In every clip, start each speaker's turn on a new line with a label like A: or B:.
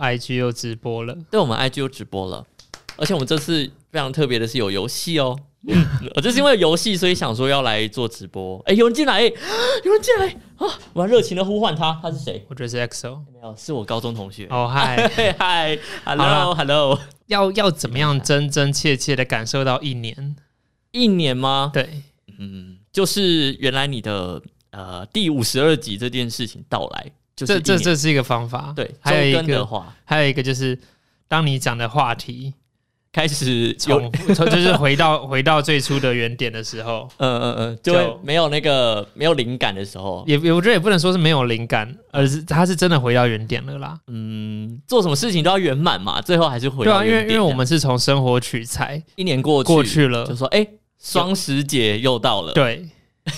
A: IG 又直播了，
B: 对，我们 IG 又直播了，而且我们这次非常特别的是有游戏哦。
A: 嗯
B: 我就是因为游戏，所以想说要来做直播。哎、有人进来、哎有人进来啊！我要热情的呼唤他，他是谁？
A: 我觉得是 XO。
B: 没有，是我高中同学。
A: 哦嗨，
B: 嘿嗨
A: 好
B: ，Hello，Hello，
A: 要要怎么样真真切切的感受到一年？
B: 一年吗？
A: 对，
B: 嗯，就是原来你的呃第五十二集这件事情到来，就是
A: 这这
B: 一年
A: 这是一个方法。
B: 对
A: 还有
B: 周
A: 一
B: 更的
A: 个
B: 话，
A: 还有一个就是，当你讲的话题
B: 开始有
A: 重复，从就是回到回到最初的原点的时候，
B: 嗯嗯嗯，就
A: 就
B: 会没有那个没有灵感的时候，
A: 也也我觉得也不能说是没有灵感，而是他是真的回到原点了啦。
B: 嗯，做什么事情都要圆满嘛，最后还是回
A: 对
B: 到
A: 啊，因为
B: 原点
A: 因为我们是从生活取材
B: 一年过去
A: 过去
B: 就
A: 了，
B: 说哎，诶双十节又到了，
A: 对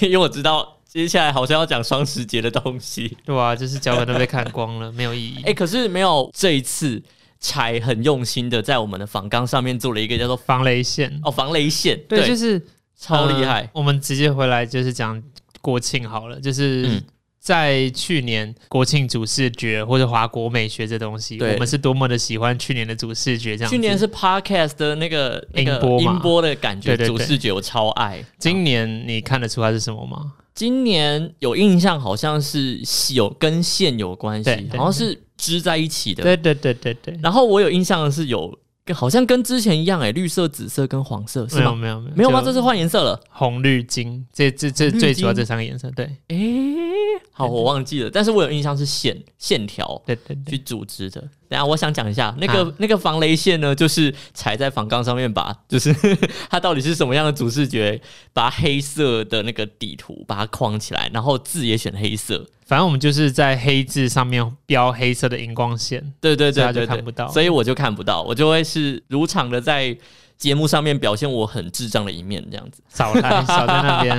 B: 因为我知道接下来好像要讲双十节的东西，
A: 对啊，就是脚本都被看光了，没有意义。
B: 哎，可是没有这一次。柴很用心的在我们的仿纲上面做了一个叫做
A: 防雷线，
B: 哦防雷线，
A: 对，就是
B: 超厉害
A: 呃。我们直接回来就是讲国庆好了，就是
B: 嗯
A: 在去年国庆主视觉或者华国美学这东西，
B: 对
A: 我们是多么的喜欢去年的主视觉这样子。
B: 去年是 podcast 的那个那个
A: 音波嘛
B: 音波的感觉，
A: 对对
B: 主
A: 对
B: 视觉我超爱。
A: 今年你看得出它是什么吗？
B: 今年有印象，好像是有跟线有关系
A: 对，对
B: 好像是织在一起的。
A: 对对对对对，
B: 然后我有印象的是有，好像跟之前一样、欸，哎，绿色、紫色跟黄色是
A: 没有
B: 吗？
A: 没有没有
B: 没有吗？
A: 就
B: 这次换颜色了。
A: 红绿金，这这这
B: 红绿
A: 最主要
B: 金
A: 这三个颜色，对
B: 哎、好，我忘记了，但是我有印象是线线条。
A: 对对对，
B: 去组织的。等一下，我想讲一下那
A: 啊
B: 个、那个防雷线呢，就是踩在防钢上面把，就是 它到底是什么样的主视觉，把黑色的那个底图把它框起来，然后字也选黑色。
A: 反正我们就是在黑字上面标黑色的荧光线，
B: 对对对
A: 大家就
B: 对对，
A: 看不到
B: 所以我就看不到，我就会是如常的在节目上面表现我很智障的一面这样子。
A: 少 来少在那边，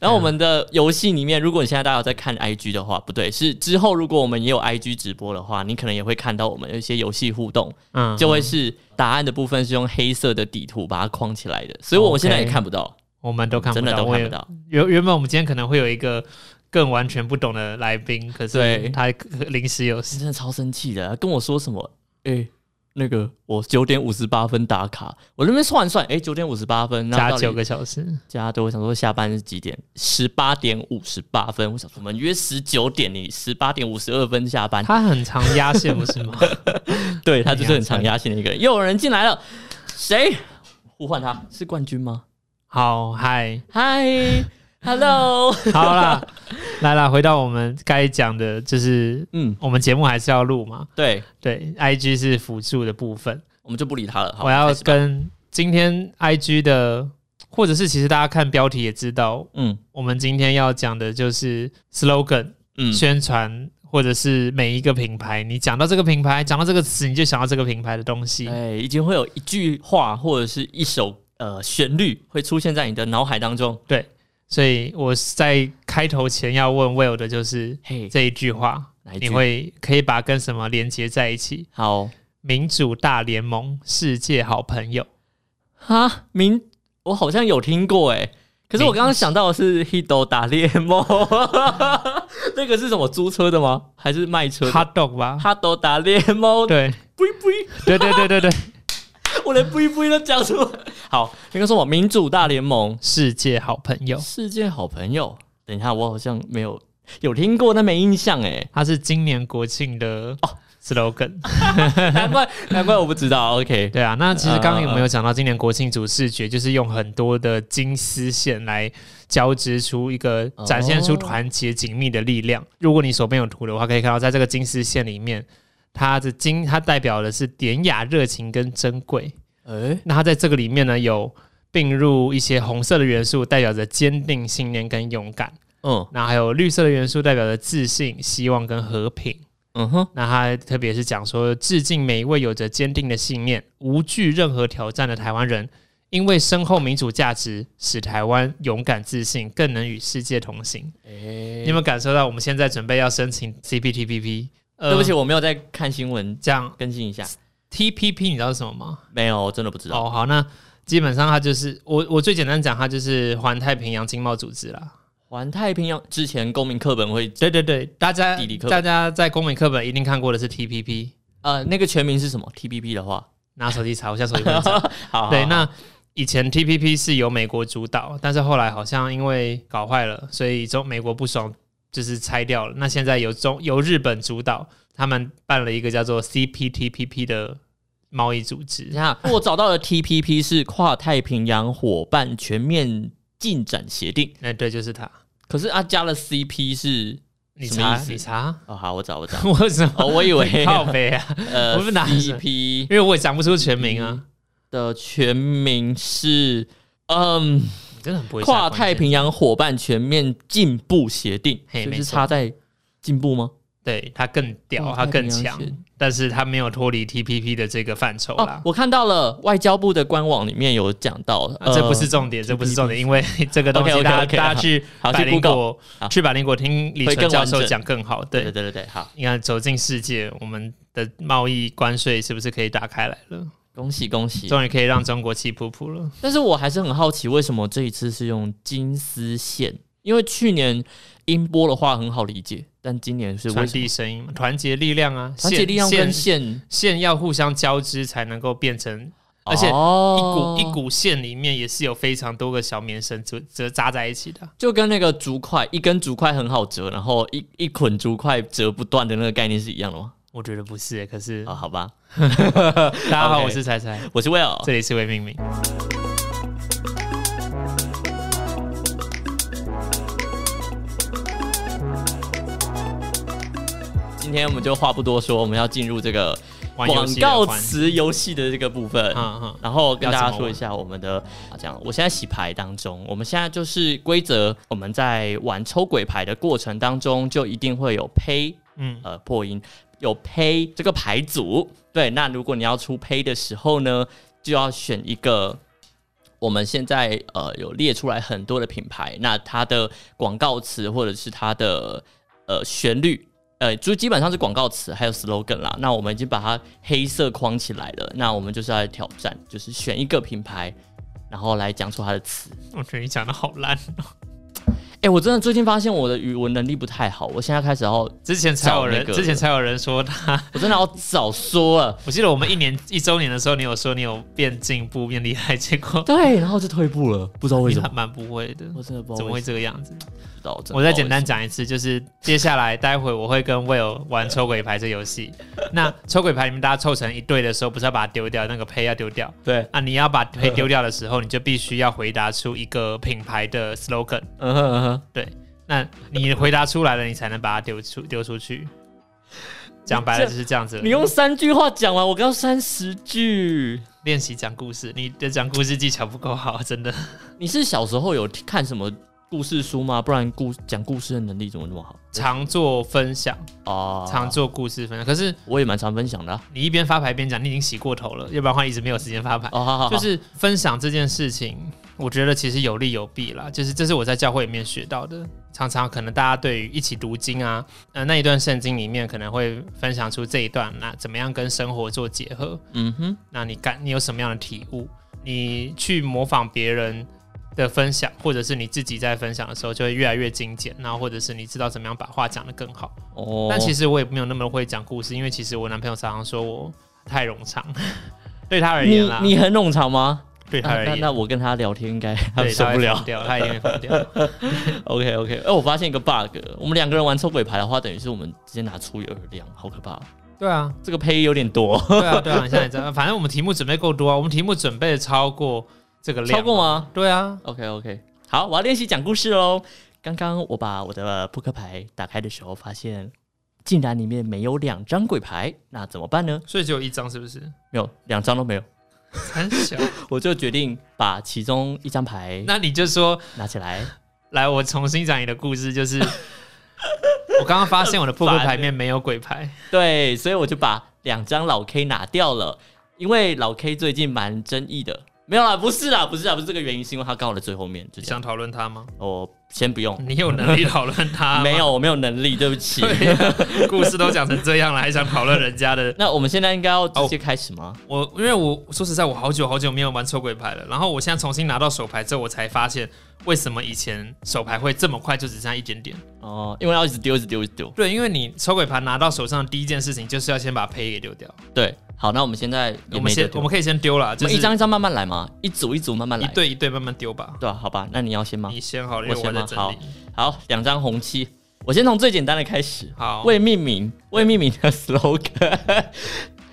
B: 然后我们的游戏里面，如果你现在大家有在看 IG 的话，不对，是之后如果我们也有 IG 直播的话，你可能也会看到我们有一些游戏互动。
A: 嗯，
B: 就会是答案的部分是用黑色的底图把它框起来的，所以我
A: OK
B: 现在也看不到，
A: 我们都看不
B: 真的
A: 到，
B: 都
A: 我
B: 看
A: 也
B: 不到。
A: 原原本我们今天可能会有一个更完全不懂的来宾，可
B: 对
A: 是他可临时有事，
B: 真的超生气的，跟我说什么？哎、
A: 嗯
B: 那个我九点五十八分打卡，我那边算一算，哎、9九点五十八分，那
A: 加
B: 到底
A: 九个小时，
B: 加对，我想说下班是几点？十八点五十八分，我想说我们约十九点，你十八点五十二分下班，
A: 他很常压线，不是 吗？
B: 对他就是很常压线的一个人。又有人进来了，谁？呼唤他是冠军吗？
A: 好嗨，
B: 嗨 ，Hello，
A: 好啦，来啦，回到我们该讲的，就是
B: 嗯，
A: 我们节目还是要录嘛，
B: 对，
A: 对，IG 是辅助的部分，
B: 我们就不理他了。好
A: 我要
B: 开始吧
A: 跟今天 IG 的，或者是其实大家看标题也知道，
B: 嗯
A: 我们今天要讲的就是 slogan。
B: 嗯，
A: 宣传，或者是每一个品牌，你讲到这个品牌，讲到这个词，你就想到这个品牌的东西。
B: 哎，已经会有一句话或者是一首呃旋律会出现在你的脑海当中。
A: 所以我在开头前要问 Will 的就是
B: 嘿，
A: 这一句话，
B: 哪一句
A: 你会可以把跟什么连接在一起？
B: 好
A: 民主大联盟，世界好朋友，
B: 哈，明我好像有听过哎，可是我
A: 明
B: 刚刚想到的是 Hido 打猎猫， 那个是什么租车的吗？还是卖车的？
A: hot dog 吧？
B: 哈斗打猎猫，
A: 对，
B: 不不，
A: 对对对对对，
B: 我连不不都讲出来。好，那个什么民主大联盟，
A: 世界好朋友，
B: 世界好朋友。等一下，我好像没有有听过，但没印象哎。
A: 它是今年国庆的
B: 哦
A: slogan。
B: 难怪难怪我不知道。OK，
A: 对啊，那其实刚刚有没有讲到，今年国庆主视觉就是用很多的金丝线来交织出一个展现出团结紧密的力量。如果你手边有图的话，可以看到在这个金丝线里面，它的金它代表的是典雅、热情跟珍贵。
B: 哎、
A: 那它在这个里面呢，有并入一些红色的元素，代表着坚定信念跟勇敢。
B: 嗯
A: 那还有绿色的元素，代表着自信、希望跟和平。
B: 嗯哼，
A: 那他特别是讲说，致敬每一位有着坚定的信念、无惧任何挑战的台湾人，因为深厚民主价值，使台湾勇敢自信，更能与世界同行。
B: 哎、
A: 你有没有感受到我们现在准备要申请 CPTPP？、呃
B: 对不起，，我没有在看新闻，
A: 这样
B: 更新一下。
A: TPP 你知道是什么吗？
B: 没有，我真的不知道。
A: 哦，好，那基本上它就是我我最简单讲，它就是环太平洋经贸组织啦。
B: 环太平洋之前公民课本会
A: 对对对，大家
B: 地理课本
A: 大家在公民课本一定看过的是 TPP。
B: 呃，那个全名是什么？TPP 的话，
A: 拿手机查，我现在手机不能查。
B: 好
A: 对，
B: 好
A: 那以前 TPP 是由美国主导，但是后来好像因为搞坏了，所以中美国不爽，就是拆掉了。那现在由中由日本主导，他们办了一个叫做 CPTPP 的贸易组织
B: 等一。下，我找到的 TPP 是跨太平洋伙伴全面进展协定，
A: 哎、对，就是它。
B: 可是啊，加了 CP 是
A: 你
B: 什么
A: 查
B: 意，思
A: 你查，，
B: 哦，好，我找我找
A: 我什么？
B: 哦，我以为
A: 靠北啊，
B: 呃
A: 我是拿什么
B: CP
A: 因为我也讲不出全名
B: 嗯
A: 啊。
B: 的全名是嗯
A: 你真的很不会下
B: 跨
A: 关键
B: 太平洋伙伴全面进步协定，
A: 嘿
B: 就
A: 没
B: 是
A: 错
B: 差在进步吗？
A: 对它更屌，
B: 跨
A: 它
B: 太平
A: 更
B: 洋
A: 强
B: 协定，
A: 但是它没有脱离 TPP 的这个范畴
B: 哦
A: 啦，。
B: 我看到了，外交部的官网里面有讲到，
A: 啊、
B: 呃，
A: 这不是重点，这不是重点，因 为这个东西
B: OK，OK，OK，
A: 大家大家
B: 好
A: 去
B: 好去
A: 百灵
B: Google，
A: 果
B: 好
A: 去百灵果听李
B: 会
A: 纯
B: 更
A: 教
B: 完
A: 授
B: 整
A: 讲更好。
B: 对
A: 对
B: 对，对对对，好，
A: 你看走进世界，我们的贸易关税是不是可以打开来了？
B: 恭喜恭喜。
A: 终于可以让中国气噗噗了。
B: 但是我还是很好奇，为什么这一次是用金丝线？因为去年音波的话很好理解，但今年是为
A: 传
B: 什么
A: 递声音嘛，团结力量啊，
B: 团结力量
A: 线
B: 跟
A: 线
B: 线，
A: 线要互相交织才能够变成。而且一股、
B: 哦
A: 一股线里面也是有非常多个小棉绳折折扎在一起的啊，
B: 就跟那个竹筷，一根竹筷很好折，然后一一捆竹筷折不断的那个概念是一样的吗？
A: 我觉得不是欸、可是
B: 啊，好吧，
A: 大家好，
B: OK
A: 我是彩彩，
B: 我是 Will，
A: 这里是为命名。
B: 今天我们就话不多说，我们要进入这个
A: 玩游
B: 广
A: 戏的
B: 告
A: 环
B: 词游戏的这个部分。
A: 嗯嗯，
B: 然后跟
A: 要
B: 大
A: 怎
B: 家
A: 么
B: 说一下我们的啊这样，我现在洗牌当中，我们现在就是规则，我们在玩抽鬼牌的过程当中，就一定会有胚，
A: 嗯
B: 嗯，呃，破音有胚这个牌组，对，那如果你要出胚的时候呢，就要选一个。我们现在呃有列出来很多的品牌，那它的广告词或者是它的呃旋律，呃，就基本上是广告词还有 slogan 啦。那我们已经把它黑色框起来了，那我们就是要来挑战，就是选一个品牌，然后来讲出它的词。
A: 我觉得你讲的好烂。哦
B: 哎、我真的最近发现我的语文能力不太好，我现在开始要，
A: 之前才有人
B: 找，那个
A: 之前才有人说他。
B: 我真的要早说了。
A: 我记得我们一年一周年的时候，你有说你有变进步、变厉害，结 果
B: 对，然后就退步了，不知道为
A: 你
B: 什
A: 还
B: 么，
A: 蛮不会的。
B: 我真的不
A: 怎
B: 知
A: 么
B: 道
A: 会
B: 为什
A: 这个样子？
B: 么不知道。真的
A: 我再简
B: 不
A: 单
B: 知道
A: 讲一次，就是接下来待会我会跟 Will 玩抽鬼牌这游 戏。那抽鬼牌你们大家凑成一队的时候，不是要把它丢掉，那个胚要丢掉。
B: 为什么，对，
A: 啊，你要把胚丢掉的时候，你就必须要回答出一个品牌的 slogan。
B: 嗯哼嗯哼，
A: 那你回答出来了，你才能把它丢出丢出去。讲白了就是这样子而已。
B: 你用三句话讲完，我刚三十句。
A: 练习讲故事，你的讲故事技巧不够好， 真的。
B: 你是小时候有看什么故事书吗？不然故讲故事的能力怎么那么好？
A: 常做分享，
B: 哦，
A: 常做故事分享。可是
B: 我也蛮常分享的啊、
A: 你一边发牌边讲，你已经洗过头了，要不然的话一直没有时间发牌。
B: 哦，好好好，
A: 就是分享这件事情，我觉得其实有利有弊啦。就是这是我在教会里面学到的，常常可能大家对于一起读经啊，呃那一段圣经里面可能会分享出这一段，那怎么样跟生活做结合？
B: 嗯哼，
A: 那你感你有什么样的体悟？你去模仿别人的分享，或者是你自己在分享的时候，就会越来越精简，然后或者是你知道怎么样把话讲得更好。
B: 哦，
A: 但其
B: 实
A: 实我也没有那么会讲故事，因为其实我男朋友常常说我太冗长， 对他而言啦，
B: 你你很冗长吗？
A: 对他
B: 那
A: 而
B: 那
A: 言，
B: 那我跟他聊天应该他
A: 对
B: 受
A: 他
B: 不
A: 会
B: 了
A: 疯。掉，他一定会疯掉。
B: OK OK，哎、我发现一个 bug，我们两个人玩抽鬼牌的话，等于是我们直接拿出有量，好可怕。
A: 对啊，
B: 这个胚有点多，
A: 对啊，对啊，你现在知道，反正我们题目准备够多啊，我们题目准备超过这个量，
B: 超过吗
A: 对啊，
B: ？OK OK，好，我要练习讲故事喽。刚刚我把我的扑克牌打开的时候，发现竟然里面没有两张鬼牌，那怎么办呢？
A: 所以只有一张是不是？
B: 没有，两张都没有，
A: 很 小，
B: 我就决定把其中一张牌
A: 那你就说
B: 拿起来。
A: 来，我重新讲你的故事，就是 我刚刚发现我的扑克牌面没有鬼 牌，
B: 对，所以我就把两张老 K 拿掉了，因为老 K 最近蛮争议的，没有啦，不是啦，不是啦，不是这个原因，是因为他刚好在最后面，就这样。
A: 想讨论它吗？
B: 哦，先不用，
A: 你有能力讨论 它吗
B: 没？有，我没有能力，对不起。
A: 啊对啊故事都讲成这样了，还想讨论人 家的？
B: 那我们现在应该要直
A: 哦
B: 接开始吗？
A: 我因为我说实在，我好久好久没有玩抽鬼牌了。然后我现在重新拿到手牌之后，我才发现为什么以前手牌会这么快就只剩下一点点。
B: 哦，因为要一直丢，一直丢，一直丢。
A: 对，因为你抽鬼牌拿到手上的第一件事情就是要先把胚给丢掉。
B: 对，好，那我们现在也
A: 我
B: 没
A: 们
B: 得
A: 先
B: 丢，
A: 我们可以先丢了，
B: 我
A: 就
B: 们
A: 是
B: 一张一张慢慢来嘛，一组一组慢慢
A: 一
B: 来。
A: 对一对慢慢丢吧。
B: 对啊，好吧，那你要先吗
A: 你？先好了，因
B: 我
A: 为我
B: 先
A: 在
B: 吗？
A: 整
B: 好
A: 理。，
B: 好，两张红漆。我先从最简单的开始。
A: 好，
B: 未命名，未命名的 slogan，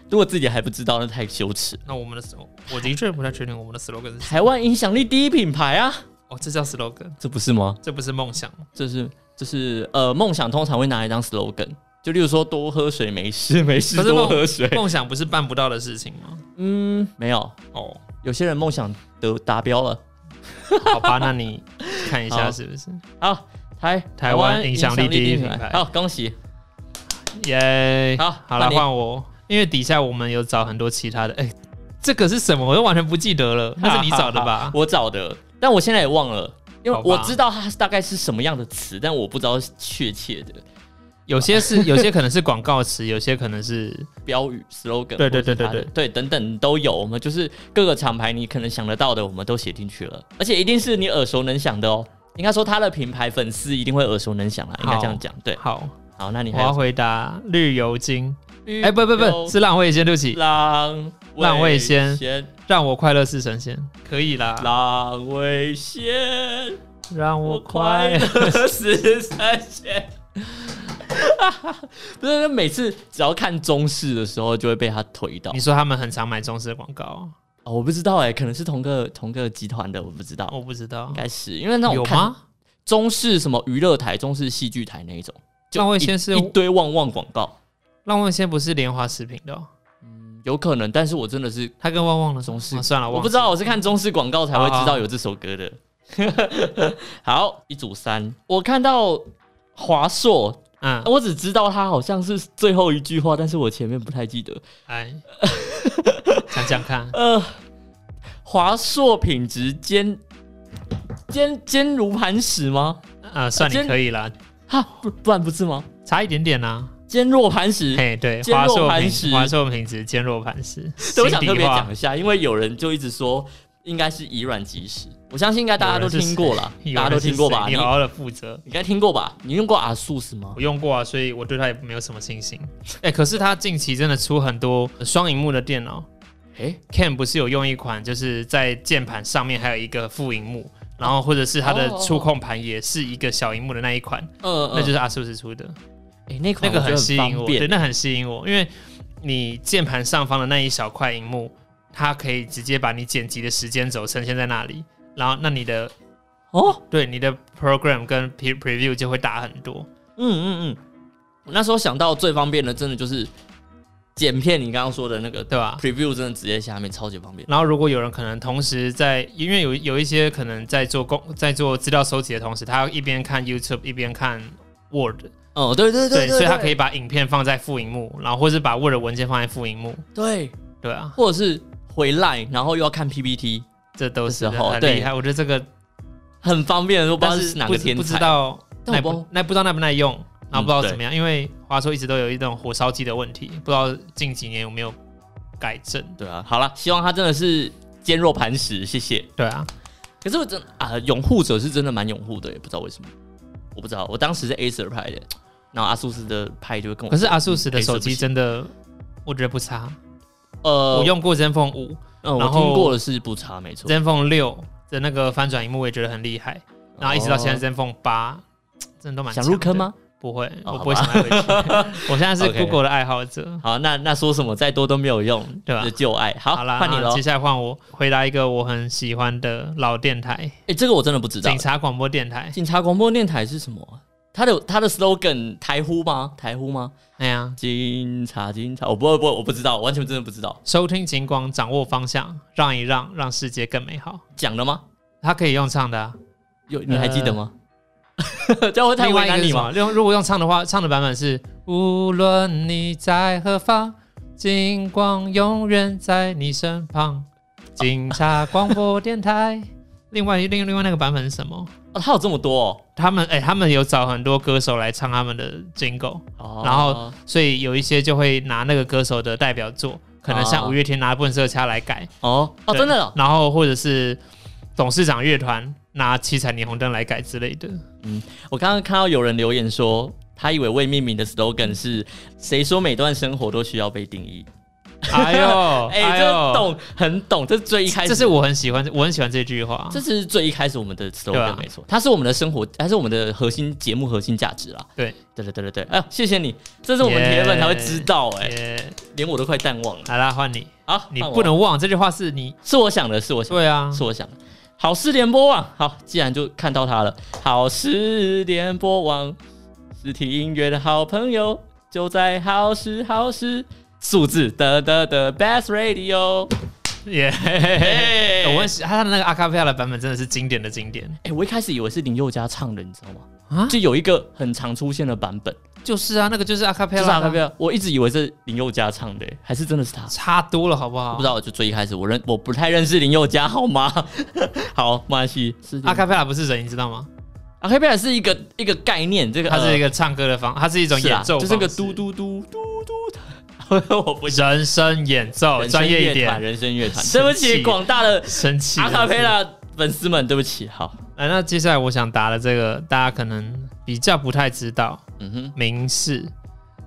B: 如 果自己还不知道，那太羞耻。
A: 那我们的我的确不太确定我们的 slogan 是什么
B: 台湾影响力第一品牌啊，
A: 哦，这叫 slogan，
B: 这不是吗？
A: 这不是梦想。
B: 这是这是呃，梦想通常会拿来当 slogan，就例如说多喝水 没事，没事
A: 可是
B: 多
A: 梦
B: 喝水。
A: 梦想不是办不到的事情吗？
B: 嗯，没有，
A: 哦，
B: 有些人梦想得达标了。
A: 好吧，那 你看一下
B: 好
A: 是不是？
B: 好，台
A: 台湾影响力第一
B: 影响
A: 品牌
B: 好，恭喜。
A: 耶、
B: 好
A: 好了，
B: 换你
A: 换我，因为底下我们有找很多其他的，哎、这个是什么？我都完全不记得了，那是你找的 吧？
B: 我找的，但我现在也忘了。因为
A: 好吧
B: 我知道它大概是什么样的词，但我不知道确切的
A: 有些是，有些可能是广告词，有些可能是
B: 标语、slogan，
A: 对对对
B: 或者是它的
A: 对
B: 对等等都有。我们就是各个厂牌你可能想得到的，我们都写进去了，而且一定是你耳熟能详的哦。应该说它的品牌粉丝一定会耳熟能详啦，啊应该这样讲。对，
A: 好，
B: 好，那你
A: 我
B: 还
A: 要
B: 有
A: 回答绿油精。
B: 哎
A: 哎、不不不，是浪味仙，对不
B: 嗯
A: 起，
B: 浪
A: 浪味仙
B: 仙，
A: 让我快乐是神仙，可以啦，
B: 浪味仙，
A: 让
B: 我
A: 我
B: 快
A: 快。
B: 乐十三仙。 不是，每次只要看中式的时候，就会被他推到
A: 你。说他们很常买中式的广告，
B: 哦，我不知道哎、可能是同个同个集团的，我不知道。
A: 我不知道
B: 应，该是因为那种
A: 有
B: 看
A: 吗？
B: 中式什么娱乐台、中式戏剧台那一种，
A: 浪味
B: 一
A: 仙是
B: 一堆旺旺广告，
A: 浪味仙不是莲花食品的哦、
B: 有可能，但是我真的是
A: 它跟旺旺的
B: 中式
A: 啊算了，
B: 我
A: 忘
B: 不
A: 了
B: 知道，我是看中式广告才会知
A: 好好
B: 道有这首歌的。 好，一组三，我看到华硕，
A: 嗯，
B: 我只知道他好像是最后一句话，但是我前面不太记得。
A: 哎，讲讲 看，
B: 呃，华硕品质坚坚坚如磐石吗？
A: 啊，算你
B: 今
A: 可以啦，
B: 哈，不不然不是吗？
A: 差一点点啦。
B: 坚若磐石，
A: 嘿，对，
B: 呃坚
A: 华
B: 若
A: 硕
B: 磐
A: 平
B: 石
A: 华硕平值坚若磐石，
B: 对，
A: 心
B: 我想
A: 底
B: 特别
A: 话
B: 讲一下，因为有人就一直说应该是以卵击石，我相信应该大家都听过啦，
A: 有人是谁
B: 大家都听过
A: 有
B: 吧？
A: 人是谁
B: 你
A: 你好好的负责。
B: 你应该听过吧？你用过阿素斯吗
A: 我？用过啊，所以我对它也没有什么信心。哎、可是它近期真的出很多双荧幕的电
B: 哦
A: 脑
B: 诶，
A: ，Can 不是有用一款，就是在键盘上面还有一个副荧幕，然后或者是它的
B: 哦哦哦
A: 触控盘也是一个小荧幕的那一款，
B: 嗯，
A: 那就是是阿苏斯出的。
B: 哎，那
A: 那
B: 款
A: 个
B: 我觉得
A: 很吸引
B: 方
A: 我，
B: 便
A: 对，那很吸引我，因为你键盘上方的那一小块荧幕，它可以直接把你剪辑的时间轴呈现在那里，然后那你的
B: 哦，
A: 对你的 program 跟 pre preview 就会大很多。
B: 嗯嗯嗯，我那时候想到最方便的，真的就是剪片，你刚刚说的那个
A: 对吧
B: preview，真的直接下面超级方便。
A: 然后如果有人可能同时在，因为有有一些可能在做工在做资料收集的同时，他要一边看 YouTube 一边看 Word，
B: 哦，对对对，
A: 所以他可
B: 以
A: 以把影片放在副荧幕，然后或是把 Word 文件放在副荧幕，
B: 对，
A: 对啊，
B: 或者是回来然后又要看 PPT，
A: 这都是
B: 这时候
A: 很
B: 对
A: 厉害。我觉得这个
B: 很方便，我不知道
A: 但
B: 是
A: 是
B: 哪
A: 不
B: 个
A: 知
B: 天
A: 不知
B: 才。
A: 道耐
B: 但我不知道
A: 不耐不知道耐不耐用，然后不知道
B: 嗯对
A: 怎么样，因为华硕一直都有一种火烧机的问题，不知道近几年有没有改正。
B: 对啊，好了，希望他真的是坚若磐石，谢谢。
A: 对啊，
B: 可是我真啊，拥护者是真的蛮拥护的，也不知道为什么，我不知道。我当时是 Acer 派的，然后阿苏斯的派就会跟我
A: 可
B: 说，
A: 是阿素斯的
B: 嗯，Acer
A: 手
B: 不
A: 机
B: 行
A: 真的，我觉得不差。
B: 呃，
A: 我用过 ZenFone 五、
B: 嗯，我
A: 然后
B: 听过的是不差，没错。
A: ZenFone 六的那个翻转荧幕，我也觉得很厉害。然后一直到现
B: 哦
A: 在 ZenFone 八，真的都蛮
B: 想入
A: 强的
B: 坑？吗？
A: 不会，我
B: 哦好
A: 不会
B: 吧
A: 想再回 去。我现在是
B: OK
A: Google 的爱好者。
B: 好，那那说什么再多都没有用，
A: 对吧
B: 就旧爱。好，
A: 好啦，
B: 换你
A: 那
B: 喽
A: 接。下来换我回答一个我很喜欢的老电台
B: 哎，这个我真的不
A: ——
B: 知道
A: 警。察广播电台。
B: 警察广播电台是什么啊？它的它的 slogan 台呼吗？台呼吗？
A: 哎呀，
B: 警察警察，我哦不不我不知道，完全真的不知道。
A: 收听警广，掌握方向，让一让，让世界更美好。
B: 讲了吗？
A: 它可以用唱的、啊，
B: 有你还记得吗？ 这样会太
A: 呃另外
B: 为
A: 一个
B: 难
A: 是
B: 你
A: 什
B: 吗？
A: 么？用如果用唱的话，唱的版本是：无论你在何方，警广永远在你身旁。警察广播电台。另外另另外那个版本是什么？
B: 哦，它有这么多
A: 他们哎、他们有找很多歌手来唱他们的 jingle，
B: 哦。
A: 然后所以有一些就会拿那个歌手的代表作，可能像
B: 哦
A: 五月天拿《笨色掐》来改，
B: 哦哦，
A: 对
B: 真的哦，
A: 然后或者是董事长乐团拿《七彩霓虹灯》来改之类 的。
B: 我刚刚看到有人留言说，他以为未命名的 slogan 是“谁说每段生活都需要被定义
A: 哎”？呦，
B: 哎、
A: 哎
B: 这
A: 呦，
B: 懂很懂，这是最一开始，
A: 这是我很喜欢，我很喜欢这句话。
B: 这是最一开始我们的 slogan，、
A: 对啊
B: 没错，它是我们的生活，它是我们的核心节目核心价值啦。
A: 对，
B: 对对对对对，哎、谢谢你，这是我们铁粉才会知道、哎、
A: 耶
B: 连我都快淡忘了。
A: 好啦，换你，
B: 好，
A: 你
B: 换我
A: 不，能忘这句话是你
B: 是我想的，是我想的
A: 对啊，
B: 是我想的。好事联播网，好，既然就看到他了，好事联播网是听音乐的好朋友，就在好时好时，数字的的的 best radio。
A: 耶。
B: 哎
A: 我
B: 我
A: 很喜他的那个阿卡贝拉的版本真的是经典的经典
B: 哎、我一开始以为是林宥嘉唱的，你知道吗？
A: 啊！
B: 就有一个很常出现的版本，
A: 就是啊，那个就是阿卡贝
B: 就
A: 拉
B: 是
A: 的啊，
B: 阿卡贝拉，我一直以为是林宥嘉唱的、哎还是真的是他？
A: 差多了，好不好？
B: 不知道，就最一开始我认我不太认识林宥嘉，好吗？ 好，没关系，是
A: 阿卡贝拉不是人，你知道吗？
B: 阿卡贝拉是一个一个概念，这个
A: 它
B: 呃
A: 是一个唱歌的方，它是一种
B: 是啊
A: 演奏
B: 就
A: 方式，
B: 是个嘟嘟嘟 嘟嘟。我不
A: 人声演奏，
B: 人
A: 专
B: 声
A: 业一
B: 乐团
A: 点，
B: 人声乐团。
A: 生
B: 对不起，
A: 气
B: 广大的
A: 生气了
B: 阿卡贝拉粉丝们，对不起。好，
A: 啊，那接下来我想答的这个，大家可能比较不太知道，
B: 嗯哼，
A: 明视